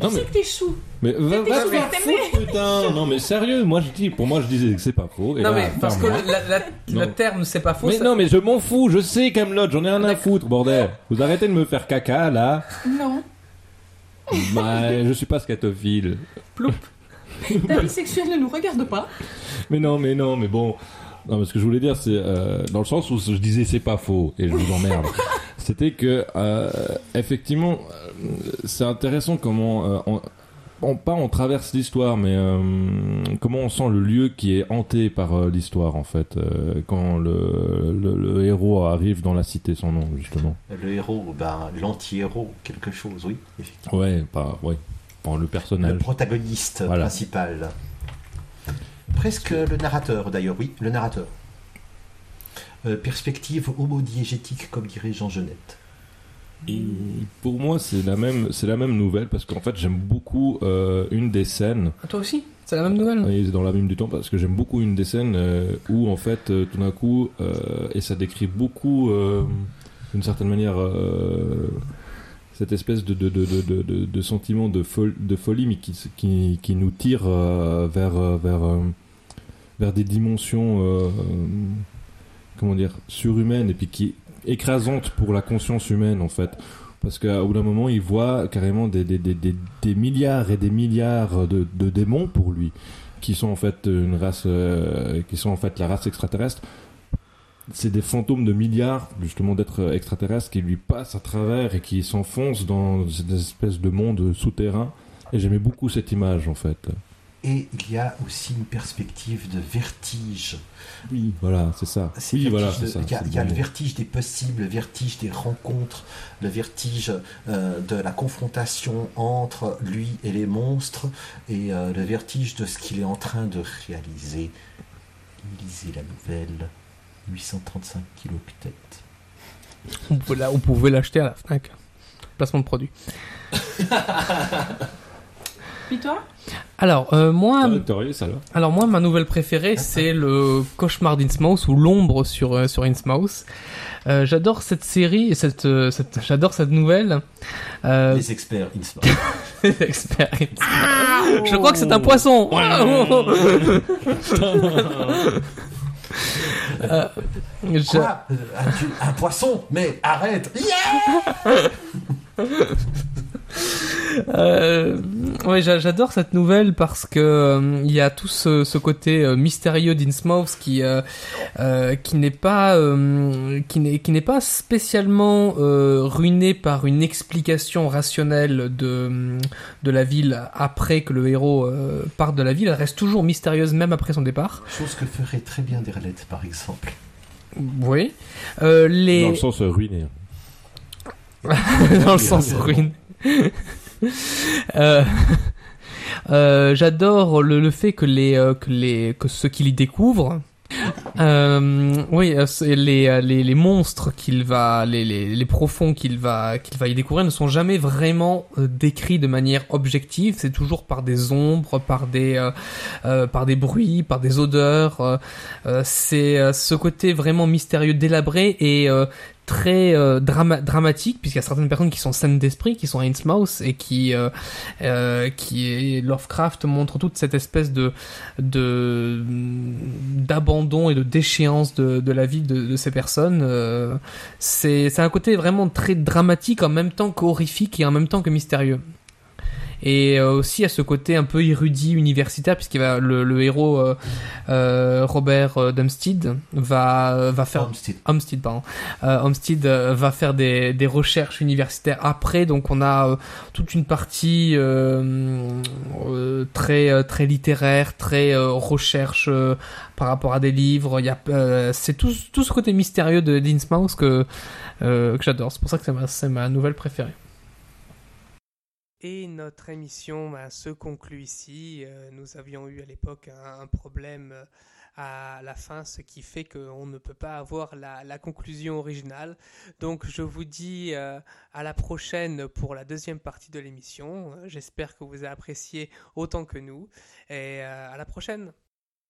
Non,
Tu sais
mais-
que t'es chou.
Mais va,
T'es
va te
chou,
faire
t'es né.
foutre, putain Non, mais sérieux, moi je dis, pour moi je disais que c'est pas faux. Et
non,
là,
mais parce que
ferme-la.
le- la- la- le
Non.
terme, c'est pas faux.
Mais
ça-
non, mais je m'en fous, je sais Camelot, j'en ai rien à foutre, bordel. Vous arrêtez de me faire caca là.
Non.
Bah, je suis pas scatophile.
Ta vie sexuelle ne nous regarde pas.
Mais non, mais non, mais bon. Non, mais ce que je voulais dire, c'est euh, dans le sens où je disais c'est pas faux et je vous emmerde. C'était que euh, effectivement, euh, c'est intéressant comment euh, on, on- pas on traverse l'histoire, mais euh, comment on sent le lieu qui est hanté par euh, l'histoire en fait euh, quand le, le, le héros arrive dans la cité sans nom justement.
Le héros, ben, l'anti-héros, quelque chose, oui. effectivement.
Ouais, pas ouais, Enfin, le
Le
personnage.
protagoniste
Voilà.
principal. Presque le narrateur, d'ailleurs, oui, le narrateur. Euh, perspective homodiégétique, comme dirait Jean Genette.
Et pour moi, c'est la même, c'est la même nouvelle parce qu'en fait, j'aime beaucoup euh, une des scènes.
Toi aussi, c'est la même nouvelle.
Oui, c'est dans la même du temps parce que j'aime beaucoup une des scènes euh, où en fait, euh, tout d'un coup, euh, et ça décrit beaucoup, euh, d'une certaine manière, euh, cette espèce de, de, de, de, de, de- de sentiment de, fol- de folie, mais qui, s- qui, qui nous tire euh, vers, euh, vers, euh, vers des dimensions, euh, comment dire, surhumaines et puis qui écrasantes pour la conscience humaine en fait. Parce qu'au bout d'un moment, il voit carrément des, des, des, des, des milliards et des milliards de, de démons pour lui, qui sont en fait une race, euh, qui sont en fait la race extraterrestre. C'est des fantômes de milliards justement d'êtres extraterrestres qui lui passent à travers et qui s'enfoncent dans cette espèce de monde souterrain. Et j'aimais beaucoup cette image en fait.
Et il y a aussi une perspective de vertige.
Oui, voilà, c'est ça.
C'est
Oui,
le
voilà,
vertige
c'est
de-
ça.
Il y a,
c'est
il y a
bon
le
mot.
vertige des possibles, le vertige des rencontres, le vertige euh, de la confrontation entre lui et les monstres, et euh, le vertige de ce qu'il est en train de réaliser. Lisez la nouvelle, 835 kiloctets.
On pouvait la- on pouvait l'acheter à la Fnac. Placement de produit.
Puis toi
Alors, euh, moi,
Ah, Victorieux, ça là.
alors moi, ma nouvelle préférée, c'est le Cauchemar d'Innsmouth ou l'ombre sur euh, sur Innsmouth. Euh, j'adore cette série et cette, euh, cette- j'adore cette nouvelle. Euh,
Les experts, ils se
expérience. Je crois que c'est un poisson. Euh, je-
Quoi Euh, un, tu- un poisson Mais arrête Yeah
Euh, ouais, j'a- j'adore cette nouvelle parce que euh, il y a tout ce, ce côté euh, mystérieux d'Innsmouth qui euh, euh, qui n'est pas euh, qui n'est qui n'est pas spécialement euh, ruiné par une explication rationnelle de mm, de la ville après que le héros euh, parte de la ville. Elle reste toujours mystérieuse même après son départ.
Chose que ferait très bien Derlette, par exemple.
Oui. Euh, les
Dans le sens euh, ruiné.
dans le sens ruine. Euh, euh, J'adore le, le fait que les euh, que les que ceux qui l'y découvrent. euh, oui, euh, c'est les, euh, les, les monstres qu'il va, les, les, les profonds qu'il va, qu'il va y découvrir ne sont jamais vraiment euh, décrits de manière objective. C'est toujours par des ombres, par des, euh, euh, par des bruits, par des odeurs. euh, euh, c'est euh, ce côté vraiment mystérieux, délabré et euh, très euh, drama- dramatique puisqu'il y a certaines personnes qui sont saines d'esprit qui sont à Innsmouth et qui euh, euh, qui est Lovecraft montre toute cette espèce de de d'abandon et de déchéance de, de la vie de, de ces personnes euh, c'est c'est un côté vraiment très dramatique en même temps qu'horrifique et en même temps que mystérieux et euh, aussi à ce côté un peu érudit universitaire puisqu'il va le, le héros euh, euh, Robert euh, Dumstead va va faire
Homestead.
Homestead, pardon. Euh, Homestead euh, va faire des, des recherches universitaires après, donc on a euh, toute une partie euh, euh, très euh, très littéraire, très euh, recherche euh, par rapport à des livres. Il y a, euh, c'est tout, tout ce côté mystérieux de Dinsmouse que euh, que j'adore. C'est pour ça que c'est ma, c'est ma nouvelle préférée.
Et notre émission bah, se conclut ici. Euh, nous avions eu à l'époque un, un problème euh, à la fin, ce qui fait qu'on ne peut pas avoir la, la conclusion originale. Donc je vous dis euh, à la prochaine pour la deuxième partie de l'émission. Euh, J'espère que vous avez apprécié autant que nous. Et euh, à la prochaine